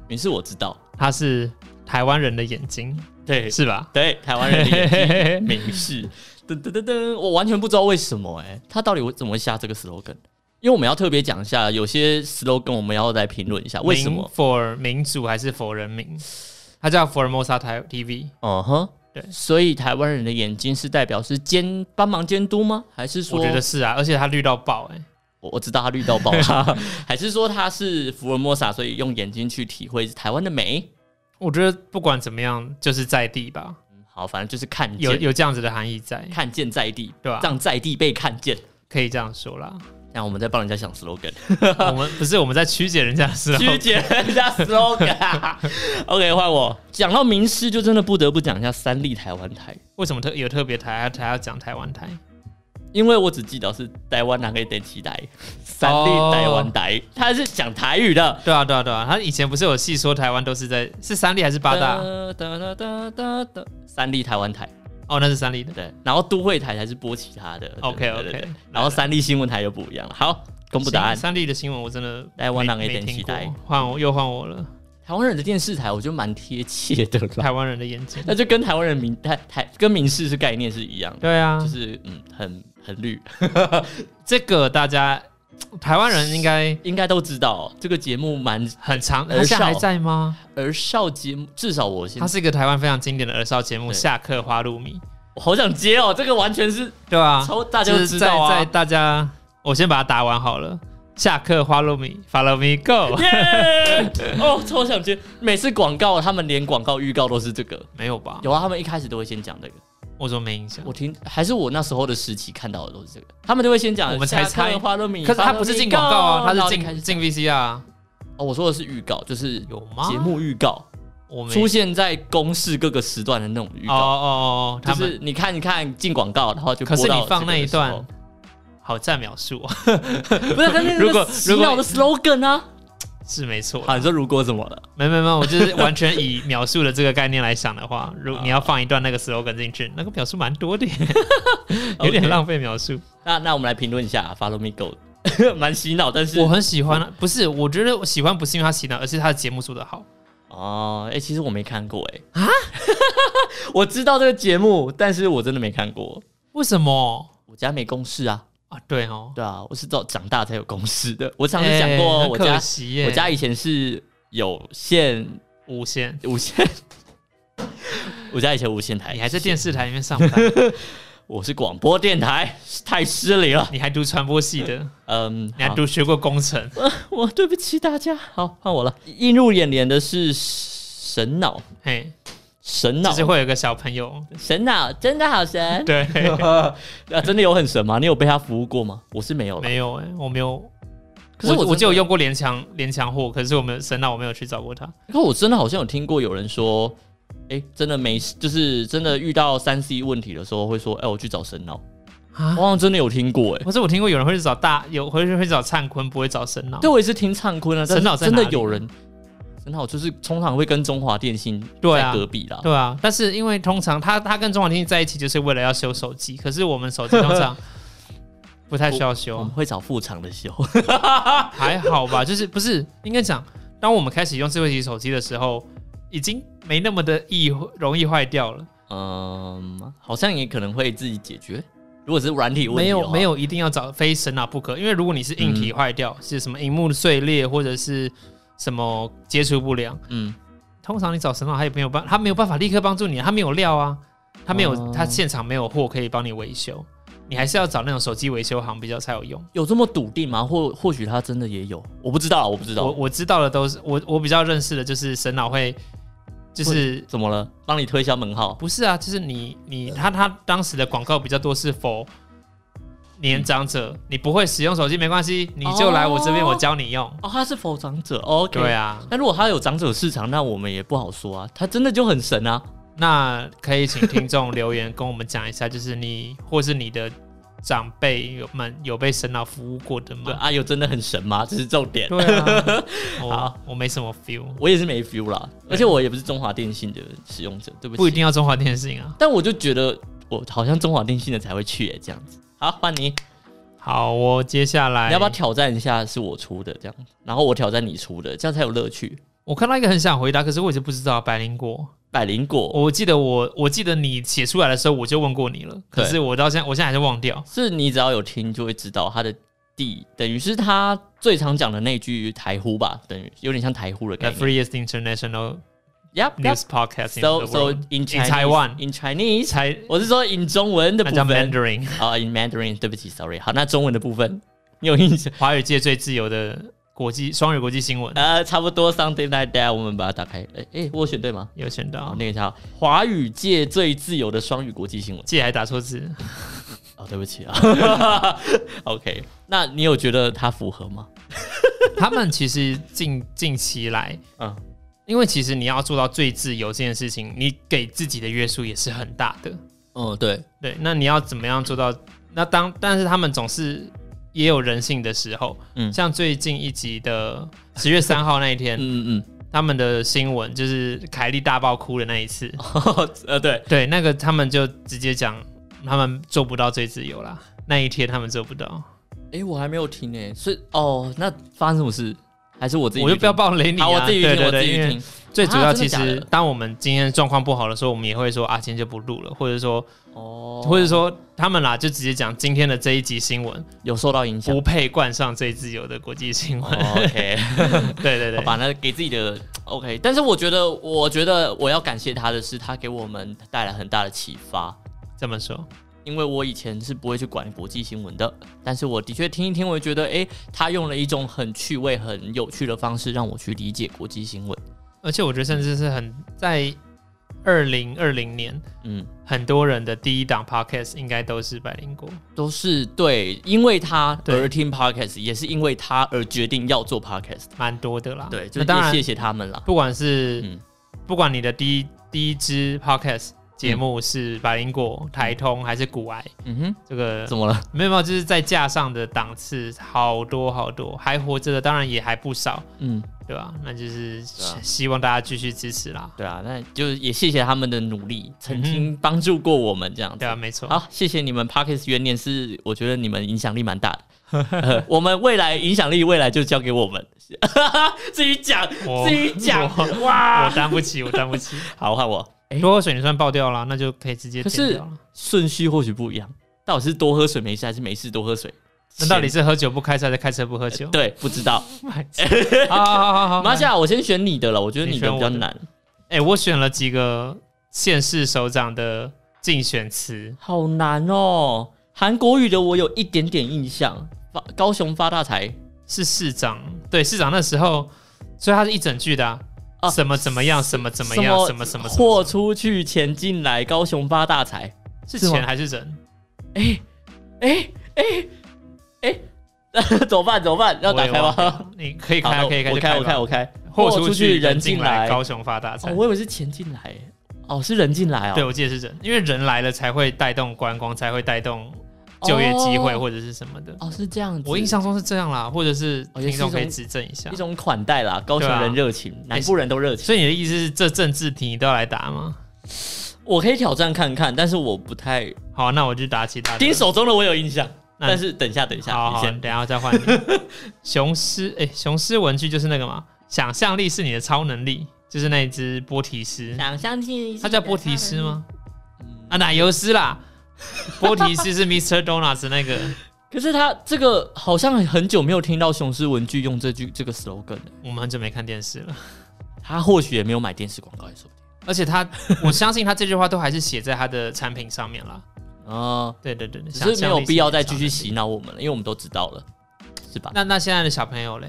B: 于是我知道，
A: 它是台湾人的眼睛，
B: 对
A: 是吧？
B: 对，台湾人的眼睛 明示，噔噔噔噔，我完全不知道为什么哎、他到底为怎么会下这个 slogan？因为我们要特别讲一下，有些 slogan 我们要来评论一下为什么。
A: ？for 民主还是 for 人民？它叫 Formosa 台 TV，
B: 嗯哼，
A: 对
B: 所以台湾人的眼睛是代表是监帮忙监督吗？还是说
A: 我觉得是啊，而且它绿到爆、哎，
B: 我我知道他绿到 爆了，还是说他是福尔摩沙，所以用眼睛去体会台湾的美？
A: 我觉得不管怎么样，就是在地吧，
B: 嗯好，反正就是看
A: 有
B: 见，
A: 有这样子的含义在，
B: 看见在地，
A: 对啊吧、
B: 让在地被看见。
A: 可以这样说啦。
B: 那我们在帮人家想 slogan，
A: 我们不是我们在曲解人家的时候，
B: 曲解人家 slogan。OK，换 我讲到名师，就真的不得不讲一下三立台湾台，
A: 为什么特有特别台还还要讲台湾台？
B: 因为我只记得是台湾哪个电视台，三立
A: 哦
B: 台湾台，他是讲台语的。
A: 对啊，对啊，对啊，他以前不是有细说台湾都是在是三立还是八大？
B: 哒哒哒哒哒，三立台湾台。
A: 哦，那是三立的。
B: 对，然后都会台才是播其他的。对
A: OK，OK，
B: 对对对然
A: 来
B: 后
A: 来
B: 三立新闻台又不一样了。好，公布答案
A: 新。三立的新闻我真的
B: 台湾人的
A: 没没
B: 电视
A: 听过
B: 台，
A: 换我又换我了。
B: 台湾人的电视台，我觉得蛮贴切的啦。
A: 台湾人的眼睛。
B: 那就跟台湾人民台台跟民视是概念是一样的，
A: 对啊
B: 就，是嗯，很很绿，
A: 这个大家台湾人应该
B: 应该都知道哦这个节目蛮
A: 很长，
B: 儿
A: 他现在
B: 少
A: 还在吗？
B: 儿少节目，至少我现
A: 它
B: 在
A: 是一个台湾非常经典的儿少节目《
B: 对
A: 下课花露米
B: 我好想接哦，这个完全是》，
A: 对啊吧？
B: 超大家
A: 就
B: 都
A: 是
B: 知
A: 在
B: 道
A: 在
B: 啊。
A: 大家，我先把它打完好了。下课花露米，Follow me go。
B: 耶！哦，超想接！每次广告，他们连广告预告都是这个。
A: 没有吧？
B: 有啊，他们一开始都会先讲这个。
A: 我说没印象
B: 我。听还是我那时候的时期看到的都是这个，他们都会先讲
A: 我们才
B: 下课
A: 猜
B: 花露米，
A: 可是它不是进广告啊，
B: 花
A: 它
B: 露
A: 是
B: 米然后就开
A: 进
B: 始
A: 进 VCR 啊。
B: 哦，我说的是预告，就是
A: 有吗
B: 节目预告
A: 我没
B: 出现在公视各个时段的那种预
A: 哦
B: 告，
A: 哦哦，
B: 就
A: 他们
B: 是你看你看进广告，然后就
A: 可
B: 播
A: 是
B: 到
A: 你放那一
B: 这个
A: 段
B: 的时，
A: 好占描述啊，
B: 候，不是但是
A: 如果
B: 那个洗脑的 slogan 啊，
A: 是没错啦。
B: 啊，你说如果怎么了？
A: 没没没，我就是完全以描述的这个概念来想的话，如
B: 啊
A: 你要放一段那个 slogan 进去，那个描述蛮多 的耶，有
B: OK
A: 点浪费描述。
B: 那那我们来评论一下，Follow 啊 Me Go，蛮 洗脑，但是
A: 我很喜欢啊，不是，我觉得我喜欢不是因为他洗脑，而是他的节目做得好。
B: 哦，哎、其实我没看过哎、啊， 我知道这个节目，但是我真的没看过，
A: 为什么
B: 我家没公视啊。
A: 啊？对哦，
B: 对啊，我是到长大才有公司的。我上次讲过，
A: 哎很
B: 我
A: 可
B: 家
A: 惜耶，
B: 我家以前是有线
A: 无线，
B: 无线， 我家以前无线台，
A: 你还在电视台里面上 班，
B: 我是广播电台，太失礼了。
A: 你还读传播系的，
B: 嗯，
A: 你还
B: 好
A: 读学过工 程，
B: 我对不起大家。好，换我了。映入眼帘的是神脑，
A: 嘿，
B: 神
A: 就
B: 脑
A: 是，会有一个小朋友，
B: 神脑真的好神。
A: 对，
B: 啊，真的有很神吗？你有被他服务过吗？我是没有的。
A: 没有哎、我没有。
B: 可是
A: 我
B: 我
A: 我
B: 真的
A: 就有用过联啊强联强货，可是我没有神脑，我没有去找过他。
B: 可我真的好像有听过有人说，哎、真的没事，就是真的遇到三 C 问题的时候，会说，哎、我去找神脑。我
A: 啊。
B: 好像真的有听过、哎，
A: 可是我听过有人会去找大，有会会找灿坤，不会找神脑。
B: 对我也是听灿坤啊，但是
A: 神脑在
B: 真的
A: 哪里
B: 有人，神脑就是通常会跟中华电信
A: 对
B: 在
A: 啊
B: 隔壁啦。
A: 对啊，但是因为通常他他跟中华电信在一起就是为了要修手机，可是我们手机通 常不太需要
B: 我
A: 修
B: 们，会找副厂的修，
A: 还好吧？就是不是应该讲，当我们开始用智慧型手机的时候，已经没那么的易容易坏掉了，
B: 嗯，好像也可能会自己解决。如果是软体问题，
A: 没有没，有一定要找非神脑不可，因为如果你是硬体坏掉，是什么荧幕碎裂或者是什么接触不良，
B: 嗯，
A: 通常你找神脑他也没有办，他没有办法立刻帮助你，他没有料啊，他没有、
B: 哦
A: 他现场没有货可以帮你维修，你还是要找那种手机维修行比较才有用。
B: 有这么笃定吗？或或许他真的也有，我不知道，我不知
A: 我
B: 道，
A: 我知道的都是我我比较认识的就是神脑会，就是
B: 怎么了？帮你推销门号，
A: 不是啊，就是你你
B: 呃
A: 他他当时的广告比较多是否年长者，
B: 嗯
A: 你不会使用手机没关系，你就来我这边，
B: 哦
A: 我教你用。
B: 哦，他是否长者、哦、？OK，
A: 对啊，
B: 那如果他有长者市场，那我们也不好说啊，他真的就很神啊。
A: 那可以请听众留言跟我们讲一下，就是你或是你的长辈有们有被神脑服务过的
B: 对，
A: 吗？
B: 阿友真的很神吗？这是重点。
A: 嗯对 啊，我
B: 好
A: 我没什么 feel，
B: 我也是没 feel 啦，
A: 对
B: 而且我也不是中华电信的使用者，对不起。
A: 不一定，要中华电信啊。
B: 但我就觉得我好像中华电信的才会去耶、这样子。好，换你，
A: 好，我接下来
B: 你要不要挑战一下？是我出的这样，然后我挑战你出的，这样才有乐趣。
A: 我看到一个很想回答，可是我已经不知道百灵果。
B: 百灵果
A: 我记得我我记得你写出来的时候我就问过你了，可是
B: 对
A: 我到现在我现在还是忘掉。
B: 是你只要有听就会知道它的地，等于是他最常讲的那句台呼吧，等于有点像台呼的
A: The
B: 概念。
A: freest international
B: Yep, yep.
A: news podcast in
B: So
A: the
B: so
A: world，
B: in
A: In Taiwan
B: in Chinese，
A: 才
B: 我是说 in 中文的
A: 那
B: 部
A: 叫
B: 分
A: Mandarin，
B: 啊、i n Mandarin，对不起，sorry。好，那中文的部分你有印象？
A: 华语界最自由的国际双语国际新闻，
B: 呃，差不多 something like that，我们把它打开。哎、哎、我有选对吗？
A: 有选
B: 好，
A: 到，
B: 那个叫华语界最自由的双语国际新闻。
A: 记还打错字。
B: 哦，对不起啊。OK，那你有觉得它符合吗？
A: 他们其实近近期来，
B: 嗯，
A: 因为其实你要做到最自由这件事情，你给自己的约束也是很大的。
B: 嗯，对，
A: 对，那你要怎么样做到？那当但是他们总是也有人性的时候，
B: 嗯
A: 像最近一集的十月三号那一天，
B: 嗯嗯
A: 他们的新闻就是凯莉大爆哭的那一次，
B: 嗯， 呃，对，
A: 对，那个他们就直接讲他们做不到最自由啦，那一天他们做不到，
B: 哎、我还没有听诶、所以哦，那发生什么事？还是我自己？
A: 我就不要。爆雷你、啊，
B: 好，我自己去
A: 对
B: 听，
A: 对
B: 我自
A: 对，
B: 己
A: 因
B: 去
A: 为
B: 听。
A: 最主要
B: 啊
A: 其
B: 真的假的
A: 实，当我们今天状况不好的时候，我们也会说啊，今天就不录了，或者说，
B: 哦，
A: 或者说他们啦，就直接讲今天的这一集新闻
B: 有受到影响
A: 不。配冠上最自由的国际新闻。
B: 哦 OK，
A: 对对
B: 好
A: 对，
B: 吧，那给自己的 OK。但是我觉得，我觉得我要感谢他的是，他给我们带来很大的启发。
A: 这么说，
B: 因为我以前是不会去管国际新闻的，但是我的确听一听，我就觉得，诶，他用了一种很趣味、很有趣的方式让我去理解国际新闻。
A: 而且我觉得甚至是很在二零二零年，
B: 嗯，
A: 很多人的第一档 podcast 应该都是百灵果。
B: 都是对，因为他
A: 对
B: 而听 podcast，也是因为他而决定要做 podcast。
A: 蛮多的啦。
B: 对，就
A: 那
B: 是
A: 当
B: 也
A: 然
B: 谢，谢他们啦。
A: 不管是、
B: 嗯
A: 不管你的第一第一支 podcast 节目是百灵果、台通还是古癌，
B: 嗯
A: 这个
B: 哼，怎么了？
A: 没有没有，就是在架上的档次好多好多，还活着的当然也还不少，
B: 嗯，
A: 对吧？那就是
B: 对啊
A: 希望大家继续支持啦，
B: 对啊，那就是也谢谢他们的努力，曾经帮助过我们这样子。
A: 对啊，没错。
B: 好，谢谢你们 Parkes 元年是，我觉得你们影响力蛮大的。 呃我们未来影响力未来就交给我们， 自己讲
A: 我
B: 自己讲
A: 我
B: 哇。
A: 担不起，我担不起。
B: 好，换我。
A: 多喝水你算爆掉了，那就可以直接
B: 可
A: 剪
B: 是
A: 掉了。
B: 顺序或许不一样，到底是多喝水没事，还是没事多喝水？
A: 那到底是
B: 先
A: 喝酒不开车，还是开车不喝 酒？
B: 对不知道。
A: 好好好好
B: 马
A: 好。
B: 夏，我先选你的了，我觉得你
A: 你
B: 的
A: 选
B: 比
A: 我
B: 较
A: 的
B: 难，
A: 哎、我选了几个县市首长的竞选词，
B: 好难哦。韩国语的我有一点点印象，发高雄发大财
A: 是市长对市长那时候，所以他是一整句的、啊。
B: 啊
A: 什么怎么样？什么怎么样？什么什么什么？
B: 豁出去钱进来，高雄发大财。
A: 是
B: 是吗
A: 钱还是人？
B: 哎哎哎，怎么办？怎么办？要
A: 我
B: 打
A: 也
B: 开
A: 忘
B: 吗？
A: 了？你可以
B: 好
A: 开啊，
B: 那
A: 可以开，
B: 我
A: 就
B: 开，
A: 吧
B: 我开，我开。
A: 豁出
B: 去
A: 人
B: 进
A: 进来，高雄发大
B: 哦
A: 财。
B: 我以为是钱进来。哦，是人进来哦，
A: 对，我记得是人，因为人来了才会带动观光，才会带动就业机会
B: 哦
A: 或者是什么的。
B: 哦，是这样子。
A: 我印象中是这样啦，或者是
B: 哦也
A: 听
B: 是
A: 众
B: 一
A: 可以
B: 种
A: 指正一下
B: 一。种款待啦，高雄
A: 对啊
B: 人热情，南部人都热情。
A: 所以你的意思是，这政治题你都要来打吗？
B: 我可以挑战看看，但是我不太
A: 好，那我就打其他的。
B: 听手中的，我有印象。
A: 那
B: 但是等一下，等一下，
A: 好
B: 你
A: 好，
B: 先
A: 等一下再换 你。雄狮，哎、雄狮文具就是那个嘛，想象力是你的超能力，就是那一只波提斯，
B: 想象力，
A: 它叫波提斯？吗？
B: 嗯
A: 啊，奶油斯啦，波提斯是 Mr. Donuts 那个，
B: 可是他这个好像很久没有听到雄狮文具用这句这个 slogan 了。
A: 我们很久没看电视了。
B: 他或许也没有买电视广告也说不
A: 而且他，我相信他这句话都还是写在他的产品上面啦。
B: 定啊，
A: 对对对，对
B: 只是没有必要再继
A: 想象
B: 续。
A: 力是你的超能力
B: 洗啊脑我们了，因为我们都知道了，是吧？
A: 那那现在的小朋友嘞，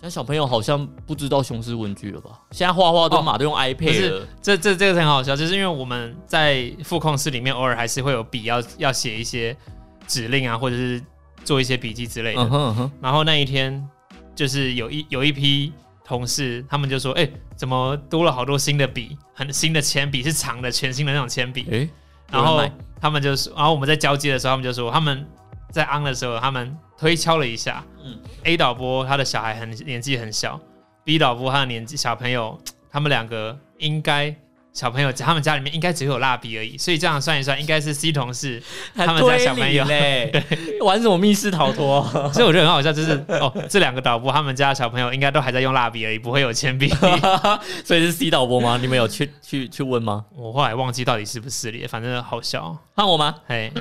B: 现在小朋友好像不知道雄狮文具了吧？现在画画都
A: 哦
B: 马都用
A: 不
B: iPad
A: 是
B: 了，
A: 这这这个很好笑，就是因为我们在副控室里面偶尔还是会有笔要要写一些指令啊，或者是做一些笔记之类的。
B: 嗯哼嗯哼，
A: 然后那一天就是有一有一批同事，他们就说：“哎、怎么多了好多新的笔，很新的铅笔，是长的全新的那种铅笔。”
B: 诶，
A: 然后
B: 有人
A: 他们就说，然后我们在交接的时候，他们就说他们在 on 的时候，他们推敲了一下，
B: 嗯
A: 嗯，A 导播他的小孩很年纪很小，B 导播他的年纪小朋友，他们两个应该小朋友他们家里面应该只有蜡笔而已，所以这样算一算，应该是 C 同 事，
B: 还
A: 他们家小朋友
B: 推理嘞，玩什么密室逃脱？
A: 所以我觉得很好笑，就是哦，这两个导播他们家的小朋友应该都还在用蜡笔而已，不会有铅 笔。
B: 所以是 C 导播吗？你们有去去去问吗？
A: 我后来忘记到底是不是了，反正好笑。
B: 看我吗？
A: 嘿，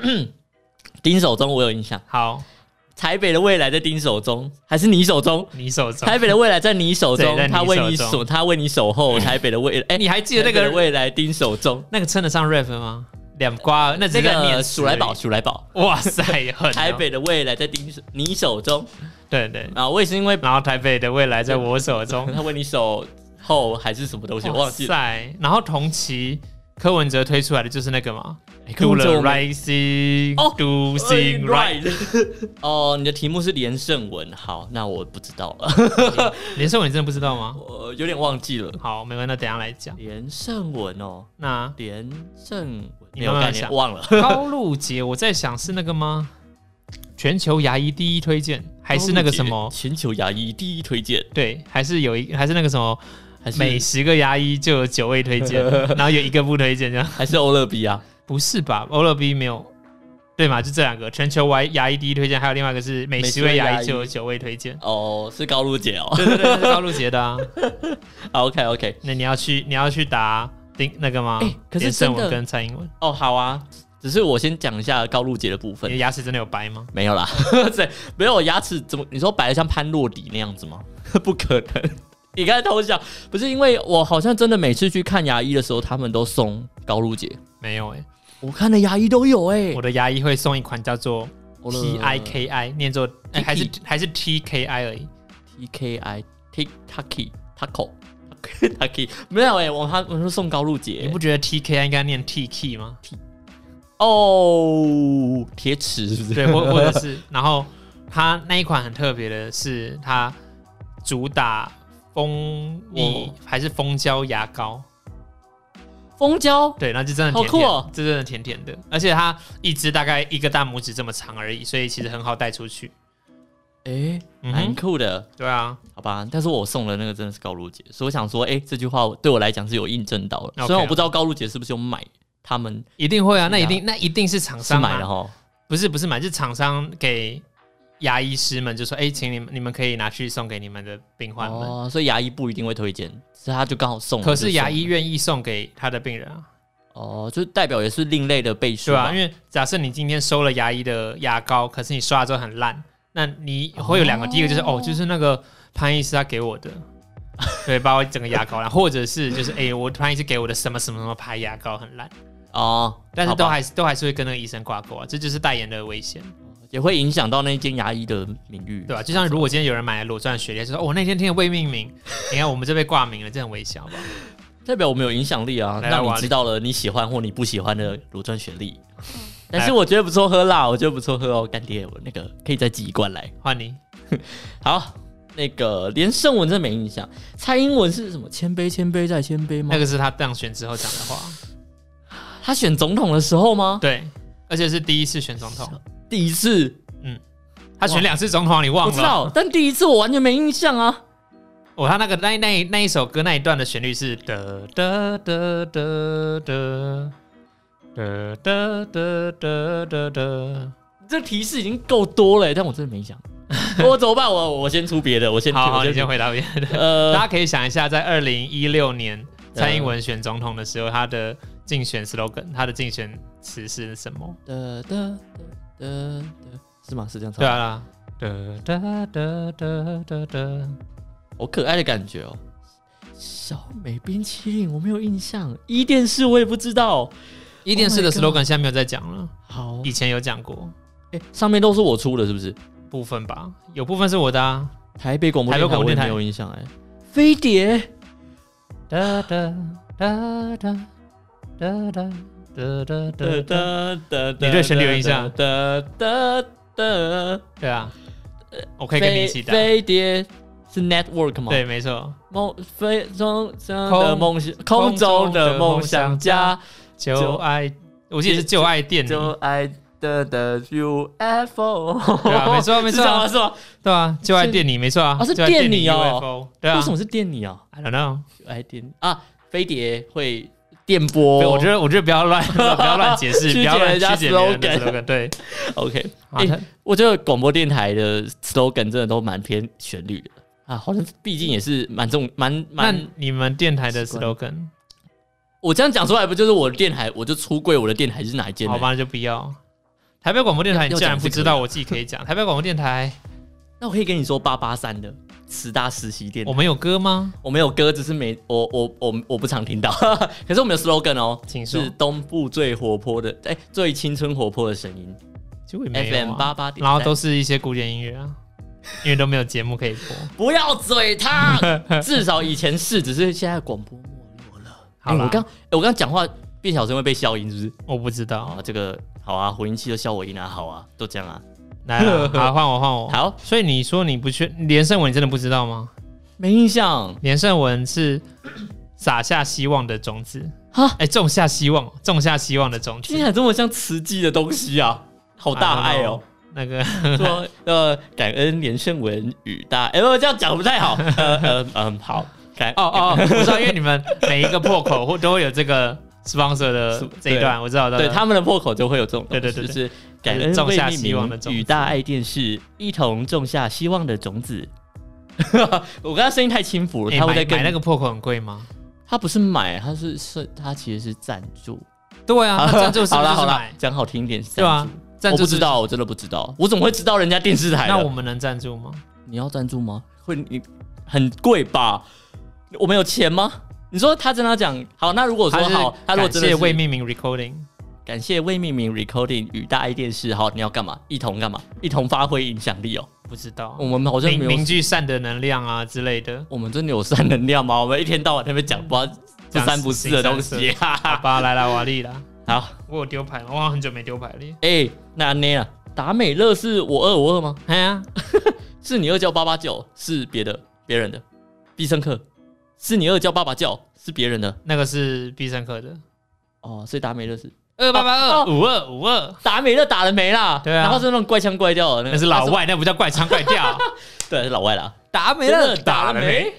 B: 丁手中我有印象，
A: 好，
B: 台北的未来在丁手中，还是你手中？
A: 你手中。
B: 台北的未来在你手中
A: 对在，你
B: 他为你
A: 手中
B: 守，他为你守 候。台北的未来，哎，
A: 你还记得那
B: 台北的
A: 个
B: 未来丁手中？
A: 那个称得上 rap 吗？两瓜，那
B: 这
A: 这
B: 个
A: 个
B: 鼠来宝，，鼠来宝，
A: 哇塞，很哦
B: 台北的未来在丁手你手中
A: 对对，
B: 啊！我也是因为
A: 然后台北的未来在我手中，
B: 他为你守候还是什么东西， 我
A: 哇
B: 忘记了。
A: 塞，然后同期柯文哲推出来的就是那个嘛
B: 哎
A: ，Do
B: 柯文哲
A: the
B: 我们
A: right thing,
B: 哦
A: do thing right。
B: right 哦，你的题目是连胜文，好，那我不知道了，
A: 连胜文你真的不知道吗？
B: 我有点忘记了。
A: 好，没关系，那等一下来讲。
B: 连胜文哦，
A: 那
B: 连胜文
A: 你
B: 没有
A: 慢慢
B: 概念，
A: 想
B: 忘了。
A: 高露洁，我在想是那个吗？全球牙医第一推荐， 还是那个什么？
B: 全球牙医第一推荐，
A: 对，还是有一，还是那个什么？
B: 还是
A: 每十个牙医就有九位推 荐，然后有一个不推荐，这样。
B: 还是欧乐比啊？
A: 不是吧？欧乐 B 没有，对嘛？就这两个，全球牙牙医第一推荐，还有另外一个是每
B: 每
A: 十
B: 十位
A: 位
B: 牙
A: 牙
B: 医。
A: 医就有九位推荐
B: 哦，是高露姐哦。
A: 对对对，这是高露洁的啊。
B: OK OK，
A: 那你要去你要去打丁那个吗？
B: 哎可是
A: 连胜
B: 真的
A: 文跟蔡英文，
B: 哦好啊，只是我先讲一下高露姐的部
A: 你的
B: 分。
A: 牙齿真的有白吗？
B: 没有啦， 对，没有我牙齿怎么？你说白的像潘洛迪那样子吗？ 不可能。你刚才偷笑，不是因为我好像真的每次去看牙医的时候，他们都送高露洁，
A: 没有哎、
B: 我看的牙医都有哎、
A: 我的牙医会送一款叫做
B: 我的
A: T I K I，念作、哎
B: Tiki
A: 还是还是 T K I 而已。
B: T K I T Taki Taco Taki 没有哎、我他我说送高露
A: 你
B: 洁
A: 不觉得 T K I 应该念 T K 吗？
B: 哦，铁齿是不是？
A: 对，或或者是，然后它那一款很特别的是，它主打蜂蜜
B: 哦
A: 还是蜂胶牙膏，
B: 蜂胶
A: 对，那就真的
B: 好
A: 甜
B: 酷
A: 甜，
B: 哦
A: 这真的甜甜的，而且它一支大概一个大拇指这么长而已，所以其实很好带出去。
B: 哎、
A: 嗯
B: 蛮
A: 哼，
B: 酷的。
A: 对啊，
B: 好吧，但是我送的那个真的是高露洁，所以我想说，哎、这句话对我来讲是有印证到的。
A: OK
B: 虽然我不知道高露洁是不是有买他们
A: 一定会啊，那
B: 是
A: 一
B: 啊
A: 定那一定是厂
B: 是
A: 商
B: 买的
A: 啊，
B: 哦哈，
A: 不是不是买，是厂商给牙医师们就说，哎、请你们你们可以拿去送给你们的病患们。
B: 哦，所以牙医不一定会推荐，是他就刚好送了。
A: 可是牙医
B: 就
A: 愿意送给他的病人啊，
B: 送了哦，就代表也是另类的背书
A: 对啊，
B: 吧
A: 因。为假设你今天收了牙医的牙膏，可是你刷了之后很烂，那你会有两个，
B: 哦
A: 第一个就是哦，就是那个潘医师他给我 的，对，把我整个牙膏烂，或者是就是哎、我潘医师给我的什么什么什么牌牙膏很烂，
B: 哦，
A: 但是
B: 好吧
A: 都还是都还是会跟那个医生挂钩啊，这就是代言的危险，
B: 也会影响到那间牙医的名誉，
A: 对吧、啊就像如果今天有人买了裸钻雪莉，就说我、哦、那天听了未命名， 你看我们这被挂名了，这很危险，好不好？
B: 代表我们有影响力啊，
A: 来来
B: 让你
A: 瓦力
B: 知道了你喜欢或你不喜欢的乳酸雪莉。但
A: 来
B: 是我觉得不错喝啦，我觉得不错喝哦，干爹，我那个可以再寄一罐来。
A: 换你，
B: 好，那个连胜文真没印象，蔡英文是什么？谦卑，谦卑再谦卑吗？
A: 那个是他当选之后讲的话，
B: 他选总统的时候吗？
A: 对，而且是第一次选总统，
B: 第一次
A: 他选两次总统，你忘
B: 我
A: 了？
B: 知道，但第一次我完全没印象啊。
A: 哦，他那个那那那一首歌那一段的旋律是的的的的的的的的的的的。
B: 这提示已经够多了欸，但我真的没印 象。我怎么办？我我先出别的，我先
A: 好，
B: 我
A: 好，你先
B: 出
A: 回答别的。
B: 呃
A: 大家可以想一下，在二零一六年
B: 呃
A: 蔡英文选总统的时候，他的竞选 slogan，他的竞选词是什么？
B: 的的的的，是吗？是这样唱？
A: 对，啊，哒哒哒哒哒哒。
B: 好可爱的感觉哦。小美冰淇淋我没有印象，一电视我也不知道。
A: 一电视的
B: Oh my
A: slogan
B: god
A: 现在没有再讲了，
B: 好，
A: 以前有讲过
B: 哎，上面都是我出的，是不是？
A: 部分吧，有部分是我的、啊。
B: 台北广播
A: 台北
B: 电台
A: 广播
B: 我也
A: 电台
B: 没有印象哎。飞碟，
A: 哒哒哒哒哒哒哒哒
B: 哒
A: 哒哒。
B: 哒哒，
A: 你对旋律有印象
B: 哒哒哒，
A: 对啊，我可以跟你一起打。
B: 飞飞碟是 Network 吗？
A: 对，没错，
B: 梦飞中中的梦想，空中的梦想家，
A: 就爱，我记得是就爱电你。
B: 就爱的的 UFO。
A: 对啊，没错没
B: 是
A: 错
B: 这样吗？
A: 啊，
B: 是吗？
A: 对啊，就爱电你，没错啊。
B: 哦是
A: 就爱
B: 电
A: 你
B: 你哦
A: UFO，对啊。
B: 为什么是电你啊？
A: ？I don't know。
B: 爱电你啊，飞碟会电波。
A: 我觉得我觉得不要乱 不要乱解释，不
B: 哦 曲解
A: 要乱曲
B: 人家
A: 解别人的
B: slogan 哎
A: slogan。对，
B: OK，
A: 啊他
B: 哎，我觉得广播电台的 slogan 真的都蛮偏旋律的啊，好像毕竟也是蛮重蛮
A: 嗯那
B: 蛮。
A: 你们电台的
B: 习惯
A: slogan
B: 我这样讲出来，不就是我的电台，我就出柜我的电台是哪一间呢？
A: 好吧，那就不要。台北广播电台，
B: 要
A: 你
B: 要
A: 既然
B: 讲
A: 不
B: 是可
A: 知
B: 以
A: 道，
B: 的
A: 我自己可以讲。台北广播电台，
B: 那我可以跟你说八八三的十大实习店
A: 我，们有歌吗？
B: 我没有歌，只是没我我我我不常听到， 可是我们有 slogan 哦，
A: 请说
B: 是东部最活泼的，哎、最青春活泼的声音
A: 结果也没有
B: ，FM
A: 啊。
B: 八八点，
A: 然后都是一些古典音乐啊，因为都没有节目可以 播。
B: 不要嘴 他，至少以前是，只是现在广播没落了。
A: 好啦
B: 哎我刚、哎我刚讲话变小声会被消音，是不是？
A: 我不知道，
B: 啊，这个好啊，回音器就消我音啊，好啊，都这样啊，
A: 来了， 好换我换我。
B: 好，
A: 所以你说你不确连胜文，你真的不知道吗？
B: 没印象
A: 连胜文是 撒下希望的种子
B: 哈，
A: 哎，种下希望，种下希望的种
B: 听
A: 子
B: 起，来这么像慈济的东 西啊，好大爱哦。
A: 那个
B: 说呃，感恩连胜文与大，哎、我这样讲不太好， 呃呃嗯，好，感
A: 哦哦，我知道，因为你们每一个破口或都会有这个 sponsor
B: 是
A: 的这一段，我知道，我知道
B: 对他们的破口就会有这种东西，
A: 对对对对
B: 就是感恩
A: 种下
B: 为命
A: 希望的
B: 名
A: 种
B: 与
A: 子
B: 大爱电视一同种下希望的种子。 我刚刚声音太轻浮了，
A: 哎
B: 他会
A: 买
B: 在
A: 买
B: 跟
A: 那个破口很贵吗？
B: 他不是买，他是是他其实是赞助。
A: 对啊， 那赞助是
B: 好
A: 不
B: 啦
A: 是
B: 好
A: 是
B: 啦
A: 买，？
B: 讲好听一点是
A: 对
B: 赞
A: 啊
B: 助。，
A: 赞
B: 我
A: 助
B: 不
A: 是
B: 知。道，我真的不知道，我怎么会知道人家电视台的？
A: 那我们能赞助吗？
B: 你要赞助吗？会你很贵吧？我们有钱吗？你说他真的要讲好，那如果说
A: 是
B: 好，他如果
A: 感
B: 真
A: 谢
B: 的是
A: 未命名 recording，
B: 感谢未命名 recording 与大爱电视，好，你要干嘛？一同干嘛？一同发挥影响力哦。
A: 不知道
B: 我们好像
A: 凝
B: 没有
A: 凝，聚善的能量啊之类的。
B: 我们真的有善能量吗？我们一天到晚在那边讲不知道不三不四的东西，啊哈
A: 好
B: 哈。
A: 吧，来啦，瓦力啦，
B: 好，
A: 我有丢牌吗？我好像很久没丢牌了耶。
B: 哎、那那啊，达美乐是我二我二吗？
A: 哎呀，
B: 是你二叫八八叫，是别的别人的必胜客，是你二叫八八叫，是别人的
A: 那个是必胜客的
B: 哦，所以达美乐是
A: 二八八
B: 哦
A: 二五二五二，
B: 打美乐打了没啦？
A: 对啊
B: 然后是那种怪腔怪调的，那个
A: 那是老，外，那不叫怪腔怪 调。
B: 他是对，是老外啦。
A: 打没
B: 真的打了没？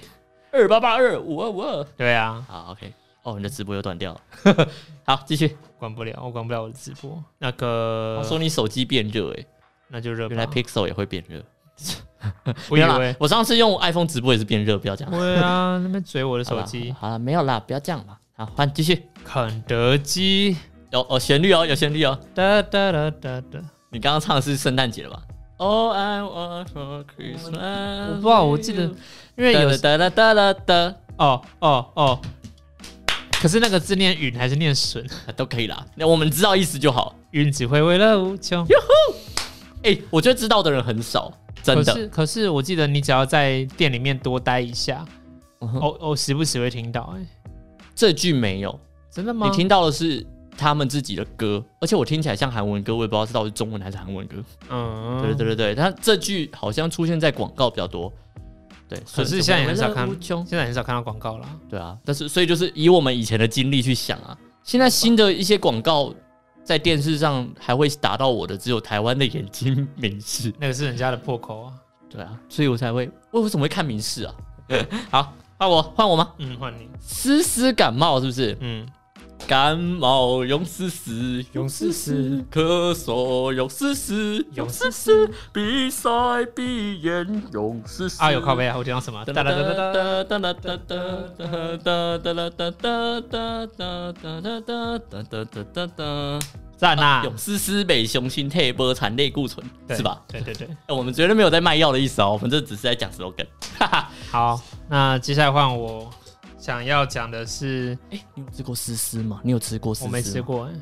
B: 二八八二五二五二，
A: 对啊，
B: 好，OK。哦，你的直播又断掉了。 好，继续。
A: 管不了，我管不了我的直播。那
B: 我
A: 个，
B: 说你手机变热，哎，
A: 那就热吧
B: 原来 Pixel 也会变热。
A: 我以
B: 没有啦
A: 为，
B: 我上次用 iPhone 直播也是变热，不要这样。
A: 对啊，那边追我的
B: 好
A: 手
B: 啦
A: 机，
B: 好了，没有啦，不要这样啦。好，换继续。
A: 肯德基，
B: 有哦，旋律哦，有旋律哦。
A: 哒哒哒哒哒。
B: 你刚刚唱的是圣诞节了吧？All I want for Christmas，
A: 我不知道我记得因为
B: 哒
A: 有
B: 哒哒哒哒哒，
A: 哦哦哦，可是那个字念允还是念笋？
B: 啊都可以啦。那我们知道意思就好。
A: 允只会为了无穷。
B: 哎、我觉得知道的人很少，真
A: 可
B: 的。
A: 是可是我记得你只要在店里面多待一下，
B: 嗯哼
A: 哦哦，时不时会听到、哎，
B: 这句没有，
A: 真的吗？
B: 你听到的是他们自己的歌，而且我听起来像韩文歌，我也不知道是到底是中文还是韩文歌。
A: 嗯，
B: 对对对对，他这句好像出现在广告比较多。对，
A: 可是现在也很少看
B: 无穷。
A: 现在很少看到广告啦。
B: 对啊，但是所以就是以我们以前的经历去想啊，现在新的一些广告在电视上还会打到我的，只有台湾的眼睛 明视。
A: 那个是人家的破口啊。
B: 对啊，所以我才会，我为什么会看明视啊？ 好，换我，换我吗？
A: 嗯，换你。
B: 思思感冒是不是？
A: 嗯，
B: 感冒永思思，
A: 永思思，
B: 咳嗽永思思，
A: 永思
B: 思，比赛闭眼永思思
A: 啊，有靠背啊，我讲到什么？哒
B: 哒
A: 哒
B: 哒
A: 哒
B: 哒
A: 哒哒。
B: 哒哒哒哒哒哒哒哒哒哒哒哒哒哒哒哒哒。
A: 赞呐！
B: 永思思北雄心退波产类固醇
A: 对
B: 是吧？？
A: 对对对。
B: 哎我们绝对没有在卖药的意思哦，我们这只是在讲 slogan。哈哈，
A: 好，那接下来换我想要讲的是，
B: 哎，你有吃过思思吗？你有吃过思
A: 我
B: 思？
A: 没吃。过、欸，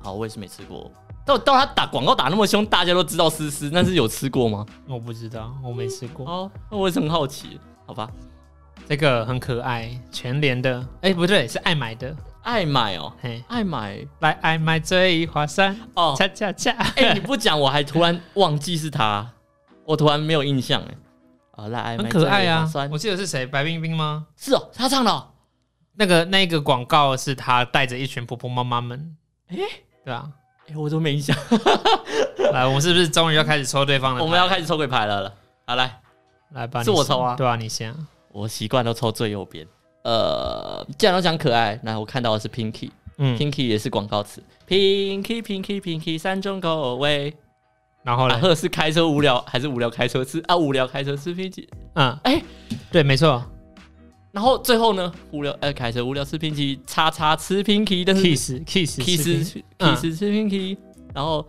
B: 好，我也是没吃过。到到他打广告打那么凶，大家都知道思思，但是有吃过吗？
A: 我不知道，我没吃过。
B: 哦，那我也是很好奇。好吧，
A: 这个很可爱，全联的，哎、不对，是爱买的，
B: 爱买哦，
A: 嘿，
B: 爱买
A: 来爱买最划算，
B: 哦。
A: 恰恰恰。
B: 哎、你不讲我还突然忘记是他，我突然没有印象哎。啊，来，爱买
A: 很可爱
B: 最划
A: 啊
B: 算！
A: 我记得是谁，白冰冰吗？
B: 是哦，他唱的、哦。
A: 那个那个广告是她带着一群婆婆妈妈们，哎、对啊。
B: 哎、我都没印象。
A: 来，我们是不是终于要开始抽对方的？
B: 我们要开始抽鬼牌了了。好，来，
A: 来吧，
B: 是
A: 你
B: 我
A: 先
B: 抽啊
A: 对啊，你先啊。
B: 我习惯都抽最右边。呃，既然都讲可爱，那我看到的是 Pinky，Pinky、
A: 嗯，
B: 也是广告词。Pinky Pinky Pinky 三种口味。
A: 然后
B: 阿
A: 呢？
B: 赫是开车无聊，还是无聊开车吃啊？无聊开车吃 Pinky。
A: 嗯，
B: 哎
A: 对，没错
B: 然后最后呢，无聊呃开车无聊吃 Pinky，叉叉吃 Pinky，但是
A: ，kiss kiss
B: 嗯 kiss
A: 嗯
B: kiss 吃 pinky，然后